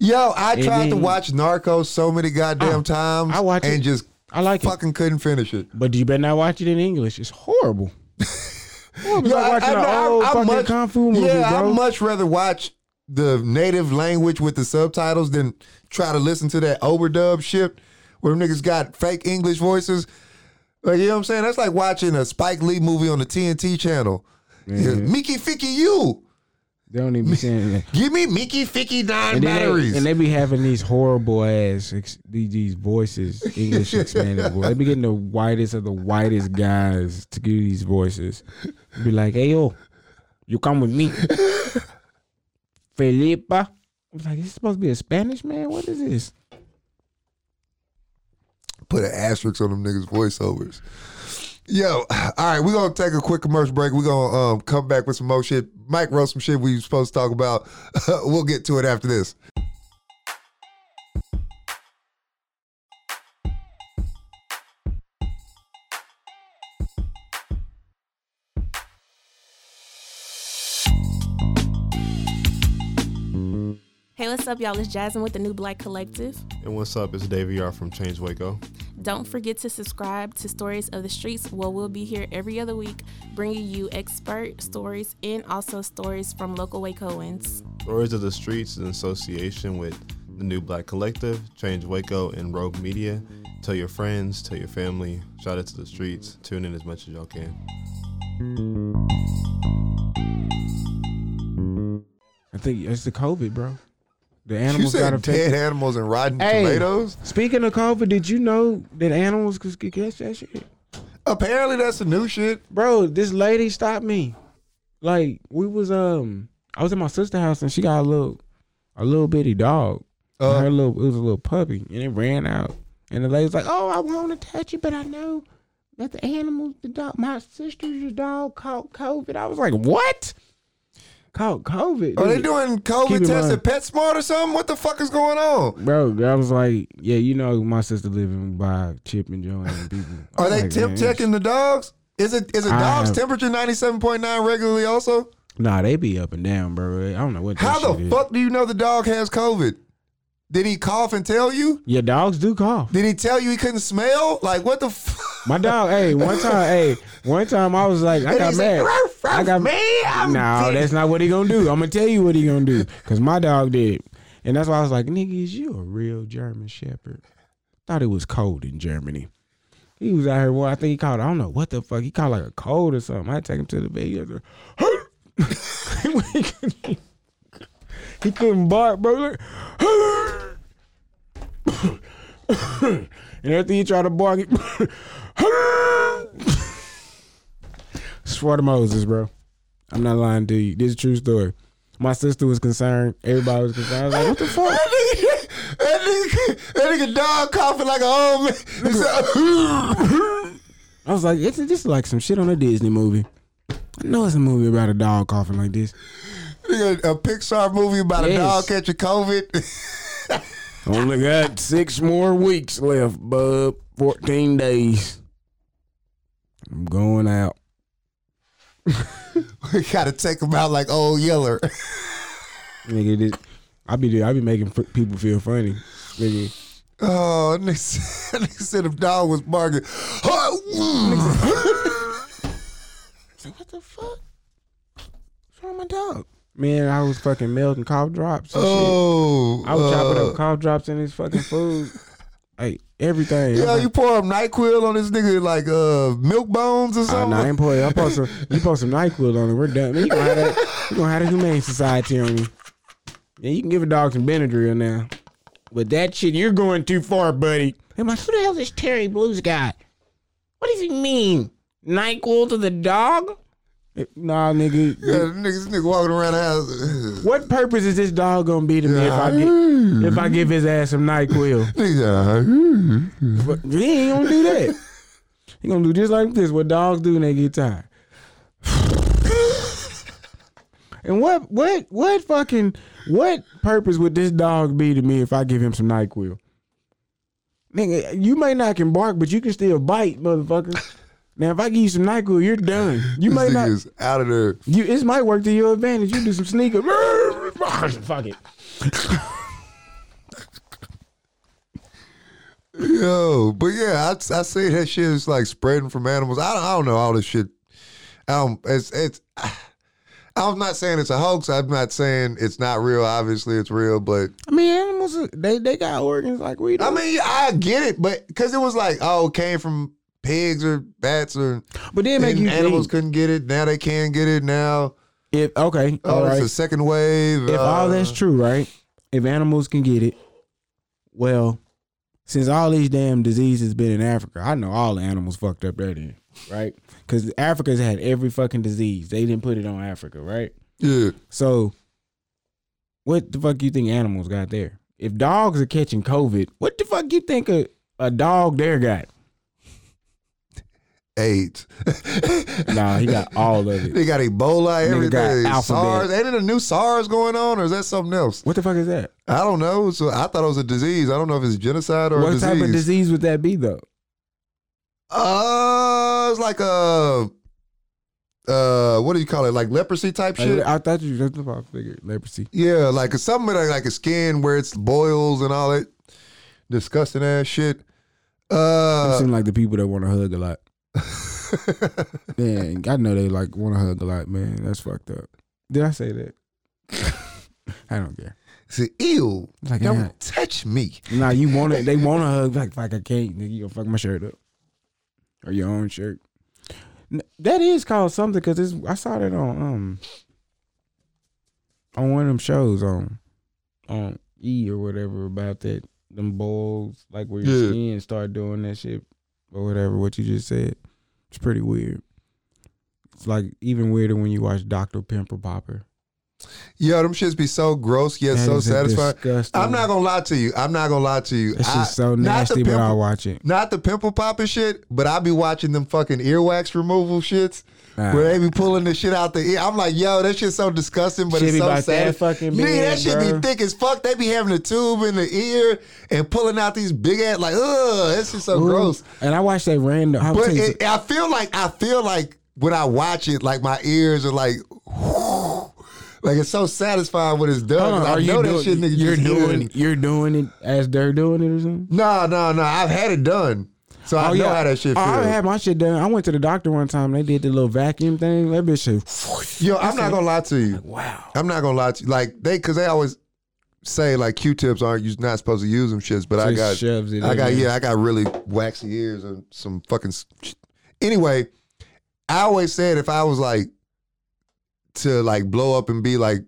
[SPEAKER 1] Yo, I
[SPEAKER 2] And
[SPEAKER 1] tried to
[SPEAKER 2] then-
[SPEAKER 1] watch Narcos so many goddamn
[SPEAKER 2] Ah, I-
[SPEAKER 1] times.
[SPEAKER 2] I watch
[SPEAKER 1] and
[SPEAKER 2] it.
[SPEAKER 1] just
[SPEAKER 2] I like it.
[SPEAKER 1] fucking couldn't finish it.
[SPEAKER 2] But you better not watch it in English. It's horrible. Horrible. It's
[SPEAKER 1] Yo,
[SPEAKER 2] like watching an old fucking kung fu movie,
[SPEAKER 1] yeah,
[SPEAKER 2] bro.
[SPEAKER 1] I'd much rather watch the native language with the subtitles than try to listen to that overdub shit where them niggas got fake English voices. Like, you know what I'm saying? That's like watching a Spike Lee movie on the TNT channel. Yeah,
[SPEAKER 2] Mm-hmm.
[SPEAKER 1] Mickey Ficky you.
[SPEAKER 2] they don't even be saying that.
[SPEAKER 1] Give me Mickey Ficky nine
[SPEAKER 2] And then
[SPEAKER 1] batteries.
[SPEAKER 2] they, and they be having these horrible ass ex, these, these voices, English expanded voice. They be getting the whitest of the whitest guys to do these voices. Be like, hey yo, you come with me, Felipa. I'm like, this supposed to be a Spanish man. What is this?
[SPEAKER 1] put an asterisk on them niggas voiceovers. Yo, all right, we're gonna take a quick commercial break. We're gonna um, come back with some more shit. Mike wrote some shit we was supposed to talk about. we'll get to it after this.
[SPEAKER 9] Hey, what's up, y'all? It's Jasmine with the New Black Collective.
[SPEAKER 10] And what's up? It's Dave VR from Change Waco.
[SPEAKER 9] Don't forget to subscribe to Stories of the Streets, where we'll be here every other week bringing you expert stories and also stories from local Wacoans.
[SPEAKER 10] Stories of the Streets is in association with the New Black Collective, Change Waco, and Rogue Media. Tell your friends, tell your family, shout out to the streets, tune in as much as y'all can.
[SPEAKER 2] I think it's the COVID, bro. The animals
[SPEAKER 1] you
[SPEAKER 2] got
[SPEAKER 1] said
[SPEAKER 2] affected.
[SPEAKER 1] dead animals and rotten
[SPEAKER 2] Hey,
[SPEAKER 1] tomatoes.
[SPEAKER 2] Speaking of COVID, did you know that animals could could catch that shit?
[SPEAKER 1] Apparently, that's the new shit,
[SPEAKER 2] bro. This lady stopped me. Like we was um, I was at my sister's house and she got a little, a little bitty dog.
[SPEAKER 1] Uh.
[SPEAKER 2] her little, it was a little puppy, and it ran out. And the lady was like, "Oh, I want to touch it, but I know that the animals, the dog, my sister's dog caught COVID." I was like, "What? Caught COVID?
[SPEAKER 1] Are Oh, they
[SPEAKER 2] Dude,
[SPEAKER 1] doing
[SPEAKER 2] keep
[SPEAKER 1] COVID
[SPEAKER 2] in
[SPEAKER 1] tests
[SPEAKER 2] mind-
[SPEAKER 1] at PetSmart or something? What the fuck is going on?
[SPEAKER 2] Bro, I was like, yeah, you know, my sister living by Chip and Joanne and people.
[SPEAKER 1] Are
[SPEAKER 2] I'm
[SPEAKER 1] they
[SPEAKER 2] like,
[SPEAKER 1] temp
[SPEAKER 2] man,
[SPEAKER 1] checking the dogs? Is it is a
[SPEAKER 2] I
[SPEAKER 1] dog's
[SPEAKER 2] have-
[SPEAKER 1] temperature ninety seven point nine regularly? Also,
[SPEAKER 2] Nah, they be up and down, bro. I don't know what.
[SPEAKER 1] how
[SPEAKER 2] that
[SPEAKER 1] the
[SPEAKER 2] shit is.
[SPEAKER 1] fuck do you know the dog has COVID? Did he cough and tell you?
[SPEAKER 2] Your dogs do cough.
[SPEAKER 1] Did he tell you he couldn't smell? Like what the? fuck?
[SPEAKER 2] My dog, hey, one time, hey, one time I was like, I
[SPEAKER 1] And
[SPEAKER 2] got
[SPEAKER 1] he's
[SPEAKER 2] mad.
[SPEAKER 1] like, "Ruff, ruff,
[SPEAKER 2] I got
[SPEAKER 1] man, I'm
[SPEAKER 2] No,
[SPEAKER 1] dead."
[SPEAKER 2] that's not what he gonna do. I'm gonna tell you what he gonna do, cause my dog did, and that's why I was like, nigga, is you a real German Shepherd? Thought it was cold in Germany. He was out here. Well, I think he called. I don't know what the fuck. He called like a cold or something. I had to take him to the vet. He, was like, he couldn't- he couldn't bark, bro. He was like, and after he tried to bark, he swear to Moses, bro. I'm not lying to you. This is a true story. My sister was concerned. Everybody was concerned. I was like, what the fuck?
[SPEAKER 1] That nigga, that nigga, that nigga dog coughing like a old man. He said,
[SPEAKER 2] I was like, it's this is like some shit on a Disney movie. I know it's a movie about a dog coughing like this.
[SPEAKER 1] Nigga, a Pixar movie about a
[SPEAKER 2] Yes.
[SPEAKER 1] dog catching COVID.
[SPEAKER 2] Only got six more weeks left, bub. 14 days. I'm going out.
[SPEAKER 1] we gotta take him out like old Yeller.
[SPEAKER 2] Nigga, this, I be I be making f- people feel funny. Nigga,
[SPEAKER 1] Oh, nigga said- nigga said if dog was barking. Oh,
[SPEAKER 2] what the fuck? What's wrong with my dog? man, I was fucking melting cough drops. And
[SPEAKER 1] oh,
[SPEAKER 2] shit. I was chopping
[SPEAKER 1] uh,
[SPEAKER 2] up cough drops in his fucking food. like everything.
[SPEAKER 1] Yeah,
[SPEAKER 2] I'm
[SPEAKER 1] you pour him Nyquil on this nigga like uh milk bones or
[SPEAKER 2] Oh,
[SPEAKER 1] something.
[SPEAKER 2] no, I ain't put. I post some. You post some Nyquil on it. We're done. Man, you gonna have that? You gonna have the Humane Society on you? Yeah, you can give a dog some Benadryl now. But that shit, you're going too far, buddy. I'm like, who the hell is Terry Blues guy? What does he mean? Nyquil to the dog? Eh, Nah, nigga.
[SPEAKER 1] niggas, nigga walking around the house.
[SPEAKER 2] What purpose is this dog gonna be to me if I get, if I give his ass some Nyquil?
[SPEAKER 1] uh, Nigga,
[SPEAKER 2] But he ain't gonna do that. He gonna do just like this. What dogs do when they get tired. and what what what fucking what purpose would this dog be to me if I give him some Nyquil? Nigga, you may not can bark, but you can still bite, motherfucker. Now, if I give you some Nyquil, you're done. You
[SPEAKER 1] this
[SPEAKER 2] may
[SPEAKER 1] nigga
[SPEAKER 2] not.
[SPEAKER 1] is out of there.
[SPEAKER 2] You, it might work to your advantage. You do some sneaker. Fuck it.
[SPEAKER 1] Yo, but yeah, I, I say that shit is like spreading from animals. I don't, I don't know all this shit. Um, it's it's. I'm not saying it's a hoax. I'm not saying it's not real. Obviously, it's real, but
[SPEAKER 2] I mean, animals they they got organs like we do.
[SPEAKER 1] I mean, I get it, but because it was like, oh, it came from pigs or bats or.
[SPEAKER 2] But then make
[SPEAKER 1] and
[SPEAKER 2] you
[SPEAKER 1] animals
[SPEAKER 2] think.
[SPEAKER 1] couldn't get it. Now they can get it. Now
[SPEAKER 2] If okay,
[SPEAKER 1] oh,
[SPEAKER 2] all
[SPEAKER 1] it's
[SPEAKER 2] right.
[SPEAKER 1] a second wave.
[SPEAKER 2] if all
[SPEAKER 1] uh,
[SPEAKER 2] that's true, right? If animals can get it, well, since all these damn diseases been in Africa, I know all the animals fucked up there then, right? Because Africa's had every fucking disease. They didn't put it on Africa, right?
[SPEAKER 1] yeah,
[SPEAKER 2] So, what the fuck you think animals got there? If dogs are catching COVID, what the fuck you think a, a dog there got?
[SPEAKER 1] AIDS.
[SPEAKER 2] Nah, he got all of it.
[SPEAKER 1] They got Ebola,
[SPEAKER 2] Nigga got
[SPEAKER 1] everything.
[SPEAKER 2] alphabet.
[SPEAKER 1] SARS. Ain't it a new SARS going on, or is that something else?
[SPEAKER 2] What the fuck is that?
[SPEAKER 1] I don't know. So I thought it was a disease. I don't know if it's genocide or
[SPEAKER 2] What
[SPEAKER 1] a disease.
[SPEAKER 2] type of disease would that be though?
[SPEAKER 1] Uh, it's like a uh, what do you call it? Like leprosy type shit.
[SPEAKER 2] I, I thought you just about figured leprosy.
[SPEAKER 1] yeah, like it's something like, like a skin where it's boils and all that disgusting ass shit.
[SPEAKER 2] You
[SPEAKER 1] Uh,
[SPEAKER 2] seem like the people that want to hug a lot. man, I know they like want to hug a lot, man. That's fucked up. Did I say that? I don't care.
[SPEAKER 1] see, ew!
[SPEAKER 2] Like,
[SPEAKER 1] don't
[SPEAKER 2] yeah.
[SPEAKER 1] touch me.
[SPEAKER 2] Nah, you want it. They want to hug. Like, fuck, I can't. Nigga, you gonna fuck my shirt up or your own shirt. N- That is called something because it's. I saw that on um on one of them shows on on E or whatever about that them balls like where your
[SPEAKER 1] Yeah.
[SPEAKER 2] skin start doing that shit or whatever. What you just said, it's pretty weird. It's like even weirder when you watch Doctor Pimple Popper.
[SPEAKER 1] Yo, them shits be so gross yet
[SPEAKER 2] That
[SPEAKER 1] so
[SPEAKER 2] is a
[SPEAKER 1] satisfying.
[SPEAKER 2] disgusting-
[SPEAKER 1] I'm not gonna lie to you. I'm not gonna lie to you.
[SPEAKER 2] That
[SPEAKER 1] I-
[SPEAKER 2] shit's so
[SPEAKER 1] not the
[SPEAKER 2] nasty, but I
[SPEAKER 1] pimple-
[SPEAKER 2] watch it.
[SPEAKER 1] Not the pimple popping shit, but I be watching them fucking earwax removal shits
[SPEAKER 2] Nah.
[SPEAKER 1] where they be pulling the shit out the ear. I'm like, yo, that shit's so disgusting, but
[SPEAKER 2] Shit
[SPEAKER 1] it's
[SPEAKER 2] be
[SPEAKER 1] so
[SPEAKER 2] about
[SPEAKER 1] sad.
[SPEAKER 2] that fucking
[SPEAKER 1] Man,
[SPEAKER 2] big,
[SPEAKER 1] that shit
[SPEAKER 2] bruh.
[SPEAKER 1] be thick as fuck. They be having a tube in the ear and pulling out these big ass like, ugh, that's just so
[SPEAKER 2] Ooh.
[SPEAKER 1] gross.
[SPEAKER 2] And I watched that random. I'll
[SPEAKER 1] But
[SPEAKER 2] tell you
[SPEAKER 1] it, I feel like I feel like when I watch it, like my ears are like, like it's so satisfying when it's done.
[SPEAKER 2] Hold on,
[SPEAKER 1] 'cause I
[SPEAKER 2] Uh, are you
[SPEAKER 1] know
[SPEAKER 2] doing-
[SPEAKER 1] that shit, nigga.
[SPEAKER 2] You're
[SPEAKER 1] just hearing
[SPEAKER 2] doing
[SPEAKER 1] it.
[SPEAKER 2] you're doing it as they're doing it or something.
[SPEAKER 1] No, no, no. I've had it done, so I know how that shit
[SPEAKER 2] Oh,
[SPEAKER 1] feels.
[SPEAKER 2] I had my shit done. I went to the doctor one time. They did the little vacuum thing. That bitch shit.
[SPEAKER 1] Yo, I'm not gonna lie to you.
[SPEAKER 2] Wow.
[SPEAKER 1] I'm not gonna lie to you. Like they, cause they always say like Q-tips aren't you not supposed to use them shits. But I
[SPEAKER 2] Just
[SPEAKER 1] got,
[SPEAKER 2] shoves it
[SPEAKER 1] I
[SPEAKER 2] in
[SPEAKER 1] got,
[SPEAKER 2] there.
[SPEAKER 1] yeah, I got really waxy ears and some fucking. s- Anyway, I always said if I was like to like blow up and be like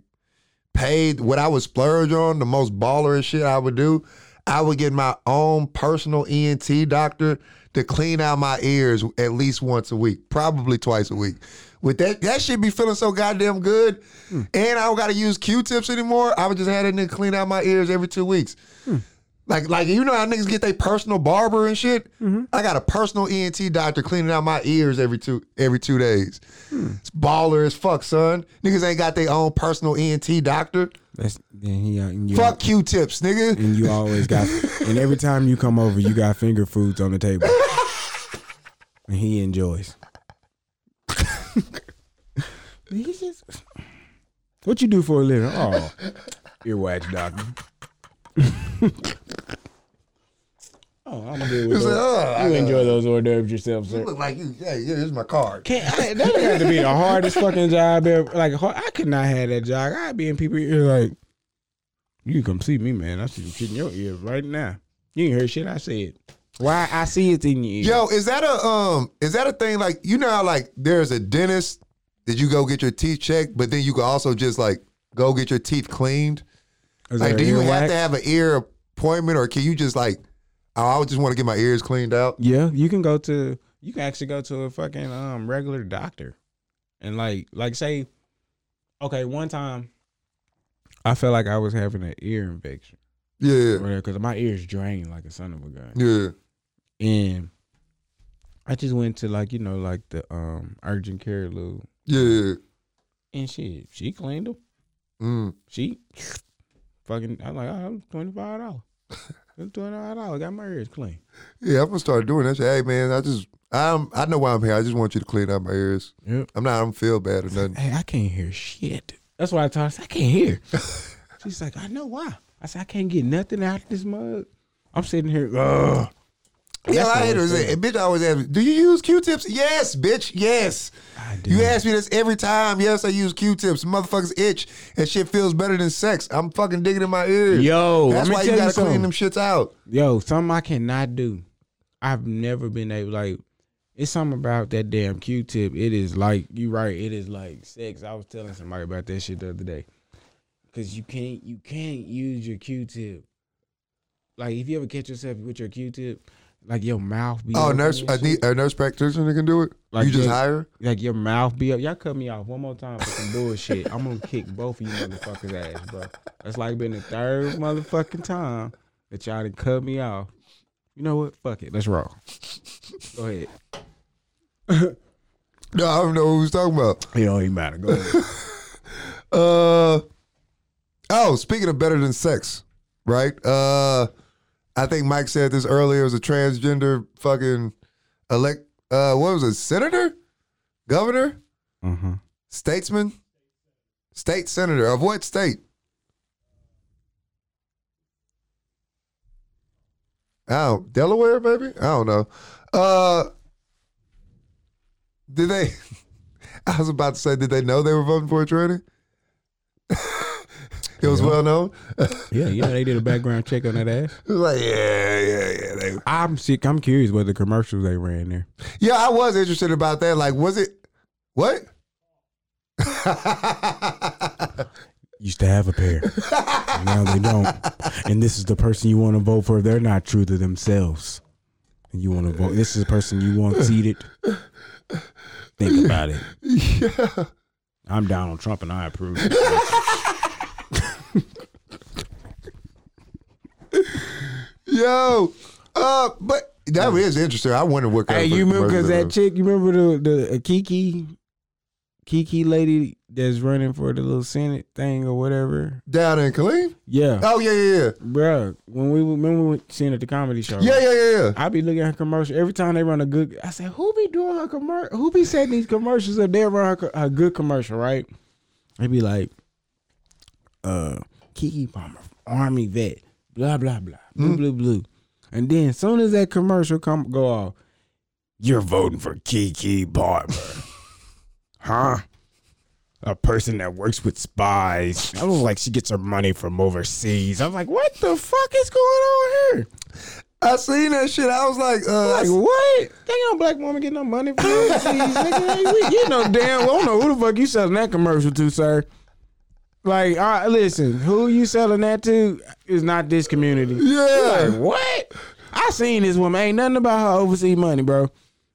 [SPEAKER 1] paid, what I would splurge on the most baller and shit I would do, I would get my own personal ENT doctor to clean out my ears at least once a week, probably twice a week. With that, that shit be feeling so goddamn good. And I don't gotta use Q-tips anymore. I would just have that nigga clean out my ears every two weeks. Like, like you know how niggas get their personal barber and shit. I got a personal ENT doctor cleaning out my ears every two every two days. It's baller as fuck, son. Niggas ain't got their own personal ENT doctor.
[SPEAKER 2] That's then he and you,
[SPEAKER 1] Fuck Q-tips, nigga.
[SPEAKER 2] and you always got and every time you come over, you got finger foods on the table, and he enjoys. He just- what you do for a living? Oh, earwax doctor. oh, I'm good with
[SPEAKER 1] It's like,
[SPEAKER 2] those.
[SPEAKER 1] oh, I
[SPEAKER 2] you
[SPEAKER 1] know.
[SPEAKER 2] enjoy those hors d'oeuvres yourself, sir.
[SPEAKER 1] You look like you. Yeah, yeah. Here's my card.
[SPEAKER 2] Can't, I, that had to be the hardest fucking job ever. Like har- I could not have that job. I'd be in people ear like, you can come see me, man. I see some shit in your ear right now. You ain't heard shit I said. Why I see it in your ear?
[SPEAKER 1] Yo, is that a um? Is that a thing? Like you know, how, like there's a dentist that you go get your teeth checked, but then you can also just like go get your teeth cleaned.
[SPEAKER 2] Is
[SPEAKER 1] like,
[SPEAKER 2] there
[SPEAKER 1] do you have
[SPEAKER 2] earwax?
[SPEAKER 1] to have an ear appointment, or can you just like, oh, I would just want to get my ears cleaned out?
[SPEAKER 2] Yeah, you can go to. You can actually go to a fucking um regular doctor. And like like say, okay, one time I felt like I was having an ear infection.
[SPEAKER 1] Yeah.
[SPEAKER 2] Because my ears drained like a son of a gun.
[SPEAKER 1] Yeah.
[SPEAKER 2] And I just went to like, you know, like the um urgent care little
[SPEAKER 1] Yeah.
[SPEAKER 2] and shit, she cleaned them.
[SPEAKER 1] Mm.
[SPEAKER 2] She fucking I'm like, oh, I'm twenty five dollars. I'm twenty five dollars. Got my ears clean.
[SPEAKER 1] Yeah, I'm gonna start doing that. Shit. Hey man, I just I'm I know why I'm here. I just want you to clean out my ears.
[SPEAKER 2] Yep.
[SPEAKER 1] I'm not. I don't feel bad or nothing.
[SPEAKER 2] Hey, I can't hear shit. That's why I told her, I said, I can't hear. She's like, I know why. I said, I can't get nothing out of this mug. I'm sitting here, ugh.
[SPEAKER 1] Yeah,
[SPEAKER 2] That's
[SPEAKER 1] I
[SPEAKER 2] the
[SPEAKER 1] hate her.
[SPEAKER 2] worst
[SPEAKER 1] Say,
[SPEAKER 2] thing.
[SPEAKER 1] bitch, I always ask, me, do you use Q-tips? Yes, bitch, yes. You ask me this every time. Yes, I use Q-tips. Motherfuckers itch, and shit feels better than sex. I'm fucking digging in my ears.
[SPEAKER 2] Yo,
[SPEAKER 1] that's
[SPEAKER 2] let me
[SPEAKER 1] why
[SPEAKER 2] tell
[SPEAKER 1] you gotta
[SPEAKER 2] something.
[SPEAKER 1] clean them shits out.
[SPEAKER 2] Yo, something I cannot do. I've never been able like. It's something about that damn Q-tip. It is like you right. It is like sex. I was telling somebody about that shit the other day. Cause you can't you can't use your Q-tip. Like if you ever catch yourself with your Q-tip, like your mouth be
[SPEAKER 1] Oh,
[SPEAKER 2] open
[SPEAKER 1] nurse,
[SPEAKER 2] and
[SPEAKER 1] a,
[SPEAKER 2] shit.
[SPEAKER 1] ne- a nurse practitioner can do it.
[SPEAKER 2] Like
[SPEAKER 1] you just
[SPEAKER 2] that-
[SPEAKER 1] hire.
[SPEAKER 2] Like your mouth be up. Y'all cut me off one more time for some bullshit. I'm gonna kick both of you motherfuckers ass, bro. That's like been the third motherfucking time that y'all done cut me off. You know what? Fuck it. Let's roll. Go ahead.
[SPEAKER 1] No, I don't know what we was talking about.
[SPEAKER 2] It don't even matter. Go ahead.
[SPEAKER 1] uh, oh, speaking of better than sex, right? Uh, I think Mike said this earlier. It was a transgender fucking elect. Uh, what was it? Senator, governor,
[SPEAKER 2] Uh-huh.
[SPEAKER 1] statesman, state senator of what state? Oh, Delaware, baby. I don't know. Uh, did they? I was about to say, did they know they were voting for a tranny? it was well known.
[SPEAKER 2] Yeah, you know they did a background check on that ass.
[SPEAKER 1] It was like, yeah, yeah, yeah. They,
[SPEAKER 2] I'm sick. I'm curious what the commercials they ran there.
[SPEAKER 1] yeah, I was interested about that. Like, was it what?
[SPEAKER 2] Used to have a pair. And now they don't. And this is the person you want to vote for. They're not true to themselves. And you want to vote. This is the person you want seated. Think about it.
[SPEAKER 1] Yeah.
[SPEAKER 2] I'm Donald Trump and I approve.
[SPEAKER 1] Yo, uh, but that is interesting. I wonder what kind
[SPEAKER 2] hey,
[SPEAKER 1] of
[SPEAKER 2] you remember
[SPEAKER 1] person
[SPEAKER 2] cause
[SPEAKER 1] it
[SPEAKER 2] that
[SPEAKER 1] was.
[SPEAKER 2] chick? You remember the the uh, Kiki, Kiki lady that's running for the little Senate thing or whatever?
[SPEAKER 1] down in Killeen?
[SPEAKER 2] Yeah.
[SPEAKER 1] Oh yeah, yeah, yeah.
[SPEAKER 2] Bruh, when we remember we went seeing at the comedy show.
[SPEAKER 1] Yeah,
[SPEAKER 2] right?
[SPEAKER 1] yeah, yeah, yeah.
[SPEAKER 2] I be looking at her commercial every time they run a good. I said, who be doing her commercial? Who be setting these commercials up? They run her, co- a good commercial, right? They be like, uh, Kiki Palmer, Army vet, blah blah blah, blue blue blue, and then soon as that commercial come go off, you're voting for Kiki Palmer, huh? A person that works with spies. I was like, she gets her money from overseas. I was like, what the fuck is going on here?
[SPEAKER 1] I seen that shit. I was like, uh,
[SPEAKER 2] Like what? They ain't no black woman getting no money from overseas, nigga. Hey, we- You know damn well. I don't know who the fuck you selling that commercial to, sir. Like, all right, listen, who you selling that to is not this community.
[SPEAKER 1] Yeah.
[SPEAKER 2] Like, what? I seen this woman. Ain't nothing about her overseas money, bro.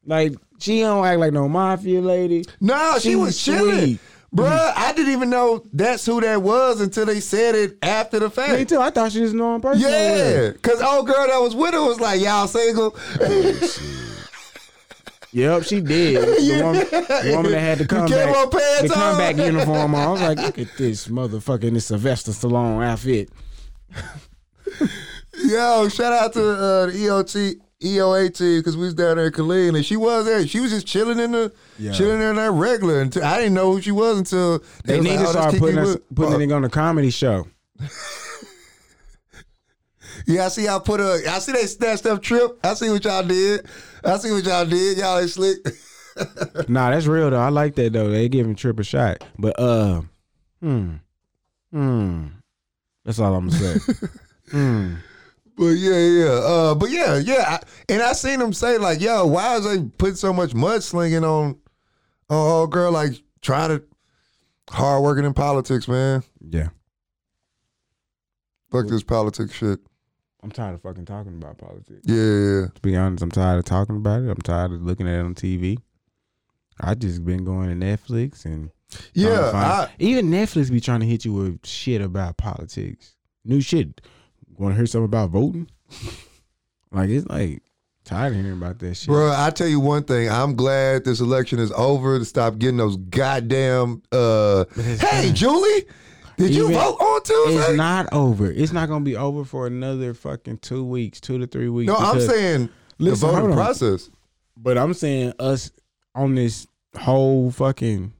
[SPEAKER 2] Like, she don't act like no mafia lady.
[SPEAKER 1] No, she,
[SPEAKER 2] She
[SPEAKER 1] was
[SPEAKER 2] was
[SPEAKER 1] chilling.
[SPEAKER 2] sweet. Mm-hmm.
[SPEAKER 1] Bruh, I didn't even know that's who that was until they said it after the fact.
[SPEAKER 2] Me too. I thought she was known personally.
[SPEAKER 1] Yeah, cause old girl that was with her was like, "Y'all single?"
[SPEAKER 2] Yep, she did. The woman, the woman that had the
[SPEAKER 1] You came
[SPEAKER 2] comeback,
[SPEAKER 1] on pants
[SPEAKER 2] the
[SPEAKER 1] on.
[SPEAKER 2] comeback uniform on. I was like, look at this motherfucking this Sylvester Stallone outfit.
[SPEAKER 1] Yo, shout out to uh, the EOT, EOAT, because we was down there in Killeen, and she was there. She was just chilling in the,
[SPEAKER 2] Yeah.
[SPEAKER 1] chilling in that regular. Until, I didn't know who she was until
[SPEAKER 2] They
[SPEAKER 1] was
[SPEAKER 2] need
[SPEAKER 1] like, "Oh,
[SPEAKER 2] to
[SPEAKER 1] that's
[SPEAKER 2] start
[SPEAKER 1] Kiki
[SPEAKER 2] putting us,
[SPEAKER 1] Wood."
[SPEAKER 2] putting
[SPEAKER 1] Fuck.
[SPEAKER 2] it on a comedy show.
[SPEAKER 1] Yeah, I see y'all put a. I see they snatched up Trip. I see what y'all did. I see what y'all did. Y'all ain't slick.
[SPEAKER 2] nah, that's real though. I like that though. They giving Trip a shot, but uh, hmm, hmm. That's all I'm gonna say. hmm.
[SPEAKER 1] But yeah, yeah, uh, but yeah, yeah, I, and I seen them say like, "Yo, why is they putting so much mudslinging on, on old girl? Like trying to hard working in politics, man.
[SPEAKER 2] Yeah,
[SPEAKER 1] Fuck this politics shit.
[SPEAKER 2] I'm tired of fucking talking about politics.
[SPEAKER 1] Yeah, yeah,
[SPEAKER 2] To be honest, I'm tired of talking about it. I'm tired of looking at it on TV. I just been going to Netflix and trying to
[SPEAKER 1] Yeah,
[SPEAKER 2] find-
[SPEAKER 1] I-
[SPEAKER 2] even Netflix be trying to hit you with shit about politics, new shit. Want to hear something about voting? like it's like tired of hearing about that shit.
[SPEAKER 1] Bro, I tell you one thing. I'm glad this election is over to stop getting those goddamn. uh Hey, Julie, did you
[SPEAKER 2] Even-
[SPEAKER 1] vote on Tuesday?
[SPEAKER 2] It's not over. It's not gonna be over for another fucking two weeks, two to three weeks.
[SPEAKER 1] No, I'm saying the voting
[SPEAKER 2] hold on.
[SPEAKER 1] process.
[SPEAKER 2] But I'm saying us on this whole fucking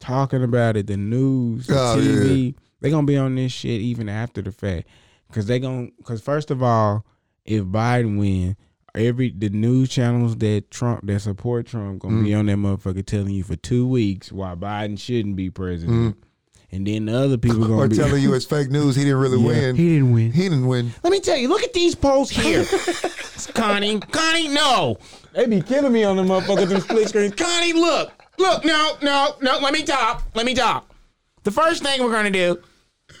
[SPEAKER 2] talking about it, the news, the
[SPEAKER 1] Oh,
[SPEAKER 2] TV.
[SPEAKER 1] yeah.
[SPEAKER 2] They gonna be on this shit even after the fact, cause they gonna cause first of all, if Biden win, every the news channels that Trump that support Trump gonna be
[SPEAKER 1] Mm.
[SPEAKER 2] on that motherfucker telling you for two weeks why Biden shouldn't be president. And then the other people gonna
[SPEAKER 1] Mm. Or
[SPEAKER 2] be
[SPEAKER 1] telling you it's fake news. He didn't really
[SPEAKER 2] Yeah,
[SPEAKER 1] win.
[SPEAKER 2] He didn't win.
[SPEAKER 1] He didn't win.
[SPEAKER 2] Let me tell you, look at these polls here. Connie, Connie, no. They be killing me on them motherfuckers them split screens. Connie, look, look, no, no, no, let me talk. Let me talk. The first thing we're gonna do,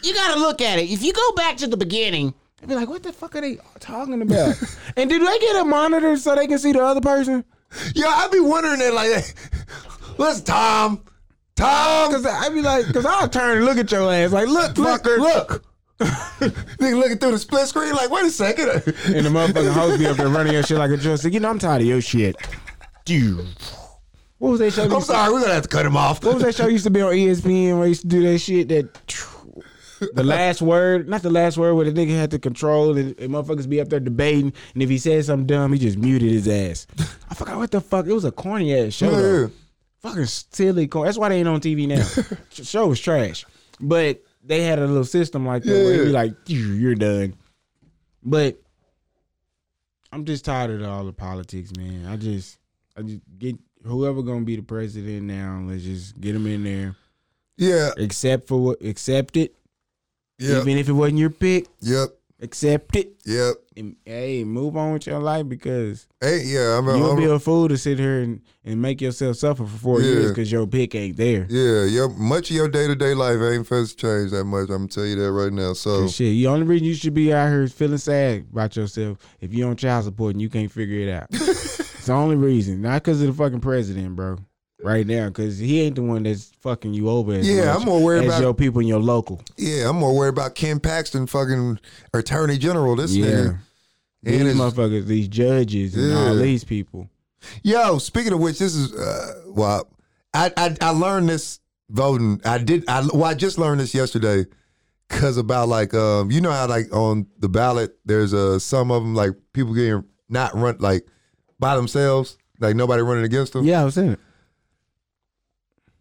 [SPEAKER 2] you gotta look at it. If you go back to the beginning, I'd be like, what the fuck are they talking about? and do they get a monitor so they can see the other person?
[SPEAKER 1] Yeah, I'd be wondering that like Let's Tom. Tom
[SPEAKER 2] Cause I'd be like, cause I'll turn and look at your ass. Like, look, fucker.
[SPEAKER 1] Look. Nigga looking through the split screen, like, wait a second.
[SPEAKER 2] And the motherfucking host be up there running your shit like a joystick. You know, I'm tired of your shit. Dude. What was that show?
[SPEAKER 1] I'm sorry, we're gonna have to cut him off.
[SPEAKER 2] What was that show used to be on E ESPN where I used to do that shit that the last word, not the last word, where the nigga had to control and, and motherfuckers be up there debating, and if he said something dumb, he just muted his ass. I forgot what the fuck. It was a corny ass show. though.
[SPEAKER 1] Yeah.
[SPEAKER 2] Fucking silly corny. That's why they ain't on TV now. Sh- show was trash, but they had a little system like that where he'd be
[SPEAKER 1] Yeah.
[SPEAKER 2] like, "You- "You're done." But I'm just tired of all the politics, man. I just, I just get whoever gonna be the president now. Let's just get him in there.
[SPEAKER 1] Yeah.
[SPEAKER 2] Accept for what, accept it.
[SPEAKER 1] Yep.
[SPEAKER 2] Even if it wasn't your pick,
[SPEAKER 1] Yep.
[SPEAKER 2] accept it.
[SPEAKER 1] Yep.
[SPEAKER 2] And, hey, move on with your life because
[SPEAKER 1] Hey, yeah, I'm,
[SPEAKER 2] you'll
[SPEAKER 1] I'm
[SPEAKER 2] be a fool to sit here and, and make yourself suffer for four
[SPEAKER 1] Yeah.
[SPEAKER 2] years because your pick ain't there.
[SPEAKER 1] Yeah, your much of your day to day life ain't supposed to change that much. I'm gonna tell you that right now. So
[SPEAKER 2] 'Cause shit, the only reason you should be out here is feeling sad about yourself if you on child support and you can't figure it out. it's the only reason, not because of the fucking president, bro. Right now, because he ain't the one that's fucking you over. As
[SPEAKER 1] Yeah,
[SPEAKER 2] much
[SPEAKER 1] I'm more worried
[SPEAKER 2] as
[SPEAKER 1] about-
[SPEAKER 2] your people in your local.
[SPEAKER 1] yeah, I'm more worried about Ken Paxton, fucking Attorney General. This
[SPEAKER 2] Yeah.
[SPEAKER 1] nigga.
[SPEAKER 2] These
[SPEAKER 1] And it's-
[SPEAKER 2] motherfuckers, these judges, and all
[SPEAKER 1] Yeah.
[SPEAKER 2] these people.
[SPEAKER 1] Yo, speaking of which, this is uh, well, I, I I learned this voting. I did. I well, I just learned this yesterday because about like um, you know how like on the ballot, there's uh some of them like people getting not run like by themselves, like nobody running against them.
[SPEAKER 2] Yeah, I was in it.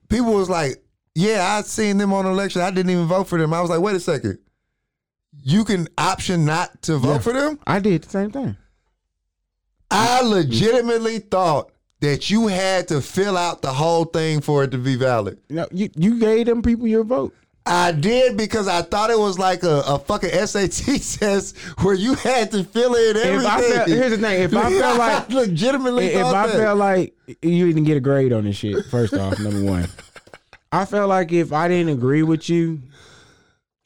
[SPEAKER 1] people was like, "Yeah, I seen them on election. I didn't even vote for them." I was like, "Wait a second, you can option not to vote
[SPEAKER 2] Yeah.
[SPEAKER 1] for them."
[SPEAKER 2] I did the same thing.
[SPEAKER 1] I legitimately thought that you had to fill out the whole thing for it to be valid.
[SPEAKER 2] No, you you gave them people your vote.
[SPEAKER 1] I did because I thought it was like a, a fucking SAT test where you had to fill in everything.
[SPEAKER 2] If I felt, here's the thing: if I felt like,
[SPEAKER 1] legitimately,
[SPEAKER 2] if
[SPEAKER 1] thought
[SPEAKER 2] I
[SPEAKER 1] that.
[SPEAKER 2] felt like you didn't get a grade on this shit, first off, number one, I felt like if I didn't agree with you,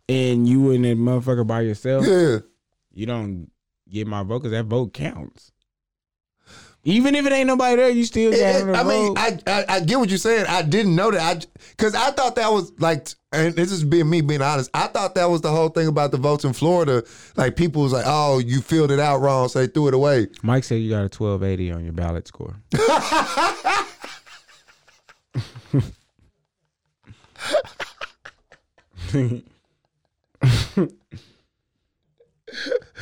[SPEAKER 2] and you and that motherfucker by yourself,
[SPEAKER 1] yeah,
[SPEAKER 2] you don't get my vote because that vote counts. Even if it ain't nobody there, you still got
[SPEAKER 1] It-
[SPEAKER 2] them
[SPEAKER 1] it-
[SPEAKER 2] to
[SPEAKER 1] I mean,
[SPEAKER 2] vote.
[SPEAKER 1] I, I I get what you're saying. I didn't know that. I because I thought that was like, and this is being me being honest. I thought that was the whole thing about the votes in Florida. Like people was like, "Oh, you filled it out wrong, so they threw it away."
[SPEAKER 2] Mike said you got a twelve eighty on your ballot score. it's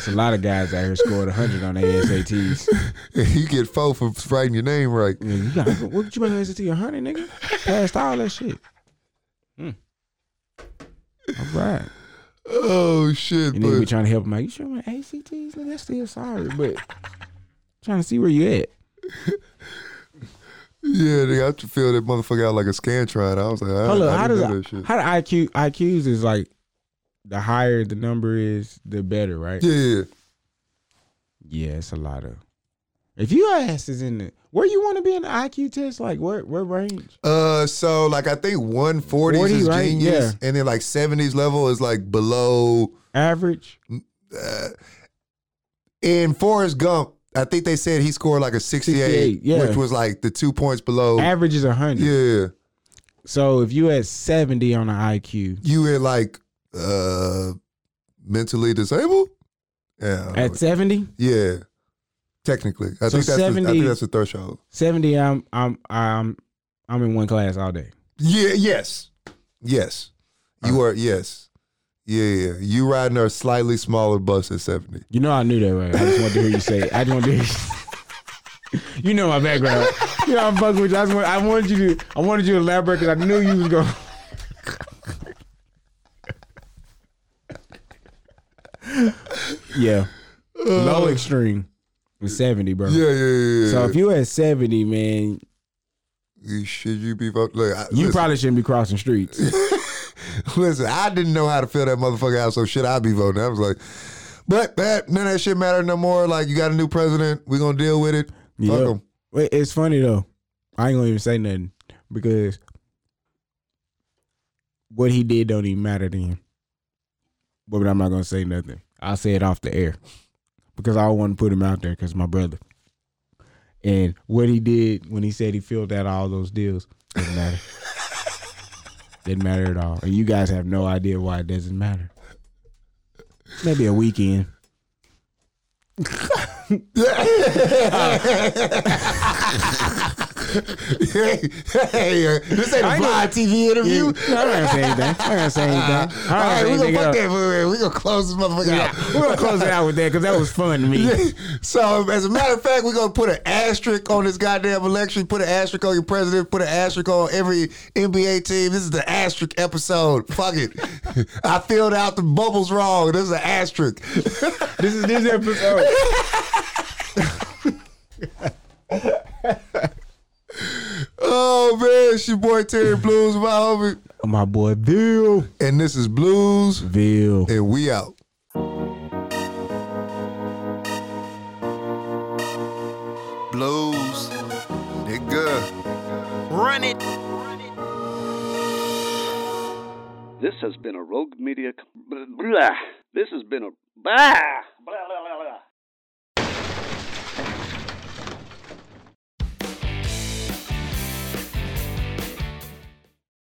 [SPEAKER 2] a lot of guys out here scored hundred on their SATs.
[SPEAKER 1] you get four for writing your name right.
[SPEAKER 2] You got what did you make an SAT a hundred, nigga? Passed all that shit. Hmm. All right.
[SPEAKER 1] Oh shit!
[SPEAKER 2] You need to be
[SPEAKER 1] But
[SPEAKER 2] trying to help him out. You sure my ACTs, nigga? That's still sorry, but trying to see where you at.
[SPEAKER 1] yeah, they got to fill that motherfucker out like a scantron. I was like, I,
[SPEAKER 2] Hold
[SPEAKER 1] Uh, I
[SPEAKER 2] up, how
[SPEAKER 1] didn't
[SPEAKER 2] does
[SPEAKER 1] know that shit.
[SPEAKER 2] how do IQ IQs is like the higher the number is, the better, right?
[SPEAKER 1] yeah, yeah.
[SPEAKER 2] Yeah, it's a lot of. If your ass is in the where you want to be in the IQ test, like where where range?
[SPEAKER 1] Uh, so like I think 140s
[SPEAKER 2] 40,
[SPEAKER 1] is
[SPEAKER 2] right?
[SPEAKER 1] genius,
[SPEAKER 2] Yeah.
[SPEAKER 1] and then like 70s level is like below.
[SPEAKER 2] Average.
[SPEAKER 1] in Forrest Gump, I think they said he scored like a 68,
[SPEAKER 2] 68, yeah.
[SPEAKER 1] which was like the two points below.
[SPEAKER 2] Average is 100.
[SPEAKER 1] Oh. Yeah.
[SPEAKER 2] So if you had 70 on an IQ,
[SPEAKER 1] You were like uh mentally disabled? Yeah.
[SPEAKER 2] At 70?
[SPEAKER 1] Yeah. Technically. I
[SPEAKER 2] So
[SPEAKER 1] think that's the, I
[SPEAKER 2] 70
[SPEAKER 1] think that's the threshold.
[SPEAKER 2] 70 I'm I'm I'm I'm in one class all day.
[SPEAKER 1] Yeah, yes. Yes. You
[SPEAKER 2] Uh-huh.
[SPEAKER 1] are yes. Yeah, yeah. You riding a slightly smaller bus at 70.
[SPEAKER 2] You know I knew that right. I just wanted to hear you say it. I just wanted to hear you You know my background. You know I'm fucking with you. I, just want, I wanted you to I wanted you to elaborate because I knew you was going Yeah. Low extreme was 70, bro.
[SPEAKER 1] Uh. Yeah, yeah, yeah, yeah.
[SPEAKER 2] So if you at 70, man,
[SPEAKER 1] You- Should you be vote- look, I,
[SPEAKER 2] you
[SPEAKER 1] listen,
[SPEAKER 2] probably shouldn't be crossing streets.
[SPEAKER 1] listen, I didn't know how to fill that motherfucker out, so should I be voting? I was like, but that none of that shit matter no more. Like you got a new president, we gonna deal with it. Fuck
[SPEAKER 2] Yep.
[SPEAKER 1] 'em.
[SPEAKER 2] Wait, it's funny though. I ain't gonna even say nothing because what he did don't even matter to him. But I'm not gonna say nothing. I'll say it off the air because I want to put him out there because my brother. And what he did when he said he filled out all those deals doesn't matter. didn't matter at all. And you guys have no idea why it doesn't matter. Maybe a weekend.
[SPEAKER 1] hey, hey, uh, this ain't a
[SPEAKER 2] I know-
[SPEAKER 1] live TV interview.
[SPEAKER 2] Yeah, I'm not gonna say anything. I'm not gonna say anything. I'm not
[SPEAKER 1] All
[SPEAKER 2] gonna
[SPEAKER 1] right, we're
[SPEAKER 2] say
[SPEAKER 1] gonna
[SPEAKER 2] anything
[SPEAKER 1] fuck
[SPEAKER 2] else.
[SPEAKER 1] that for We're gonna close this motherfucker
[SPEAKER 2] Yeah,
[SPEAKER 1] out.
[SPEAKER 2] we're gonna close it out with that because that was fun to me.
[SPEAKER 1] So, as a matter of fact, we're gonna put an asterisk on this goddamn election. Put an asterisk on your president. Put an asterisk on every NBA team. This is the asterisk episode. Fuck it. I filled out the bubbles wrong. This is an asterisk.
[SPEAKER 2] This is this episode.
[SPEAKER 1] oh man, it's your boy Terry Blues, my homie,
[SPEAKER 2] My boy Bill.
[SPEAKER 1] and this is Blues,
[SPEAKER 2] Bill.
[SPEAKER 1] and we out.
[SPEAKER 3] Blues, nigga. Run it.
[SPEAKER 11] This has been a Rogue Media. Blah. This has been a. Bah!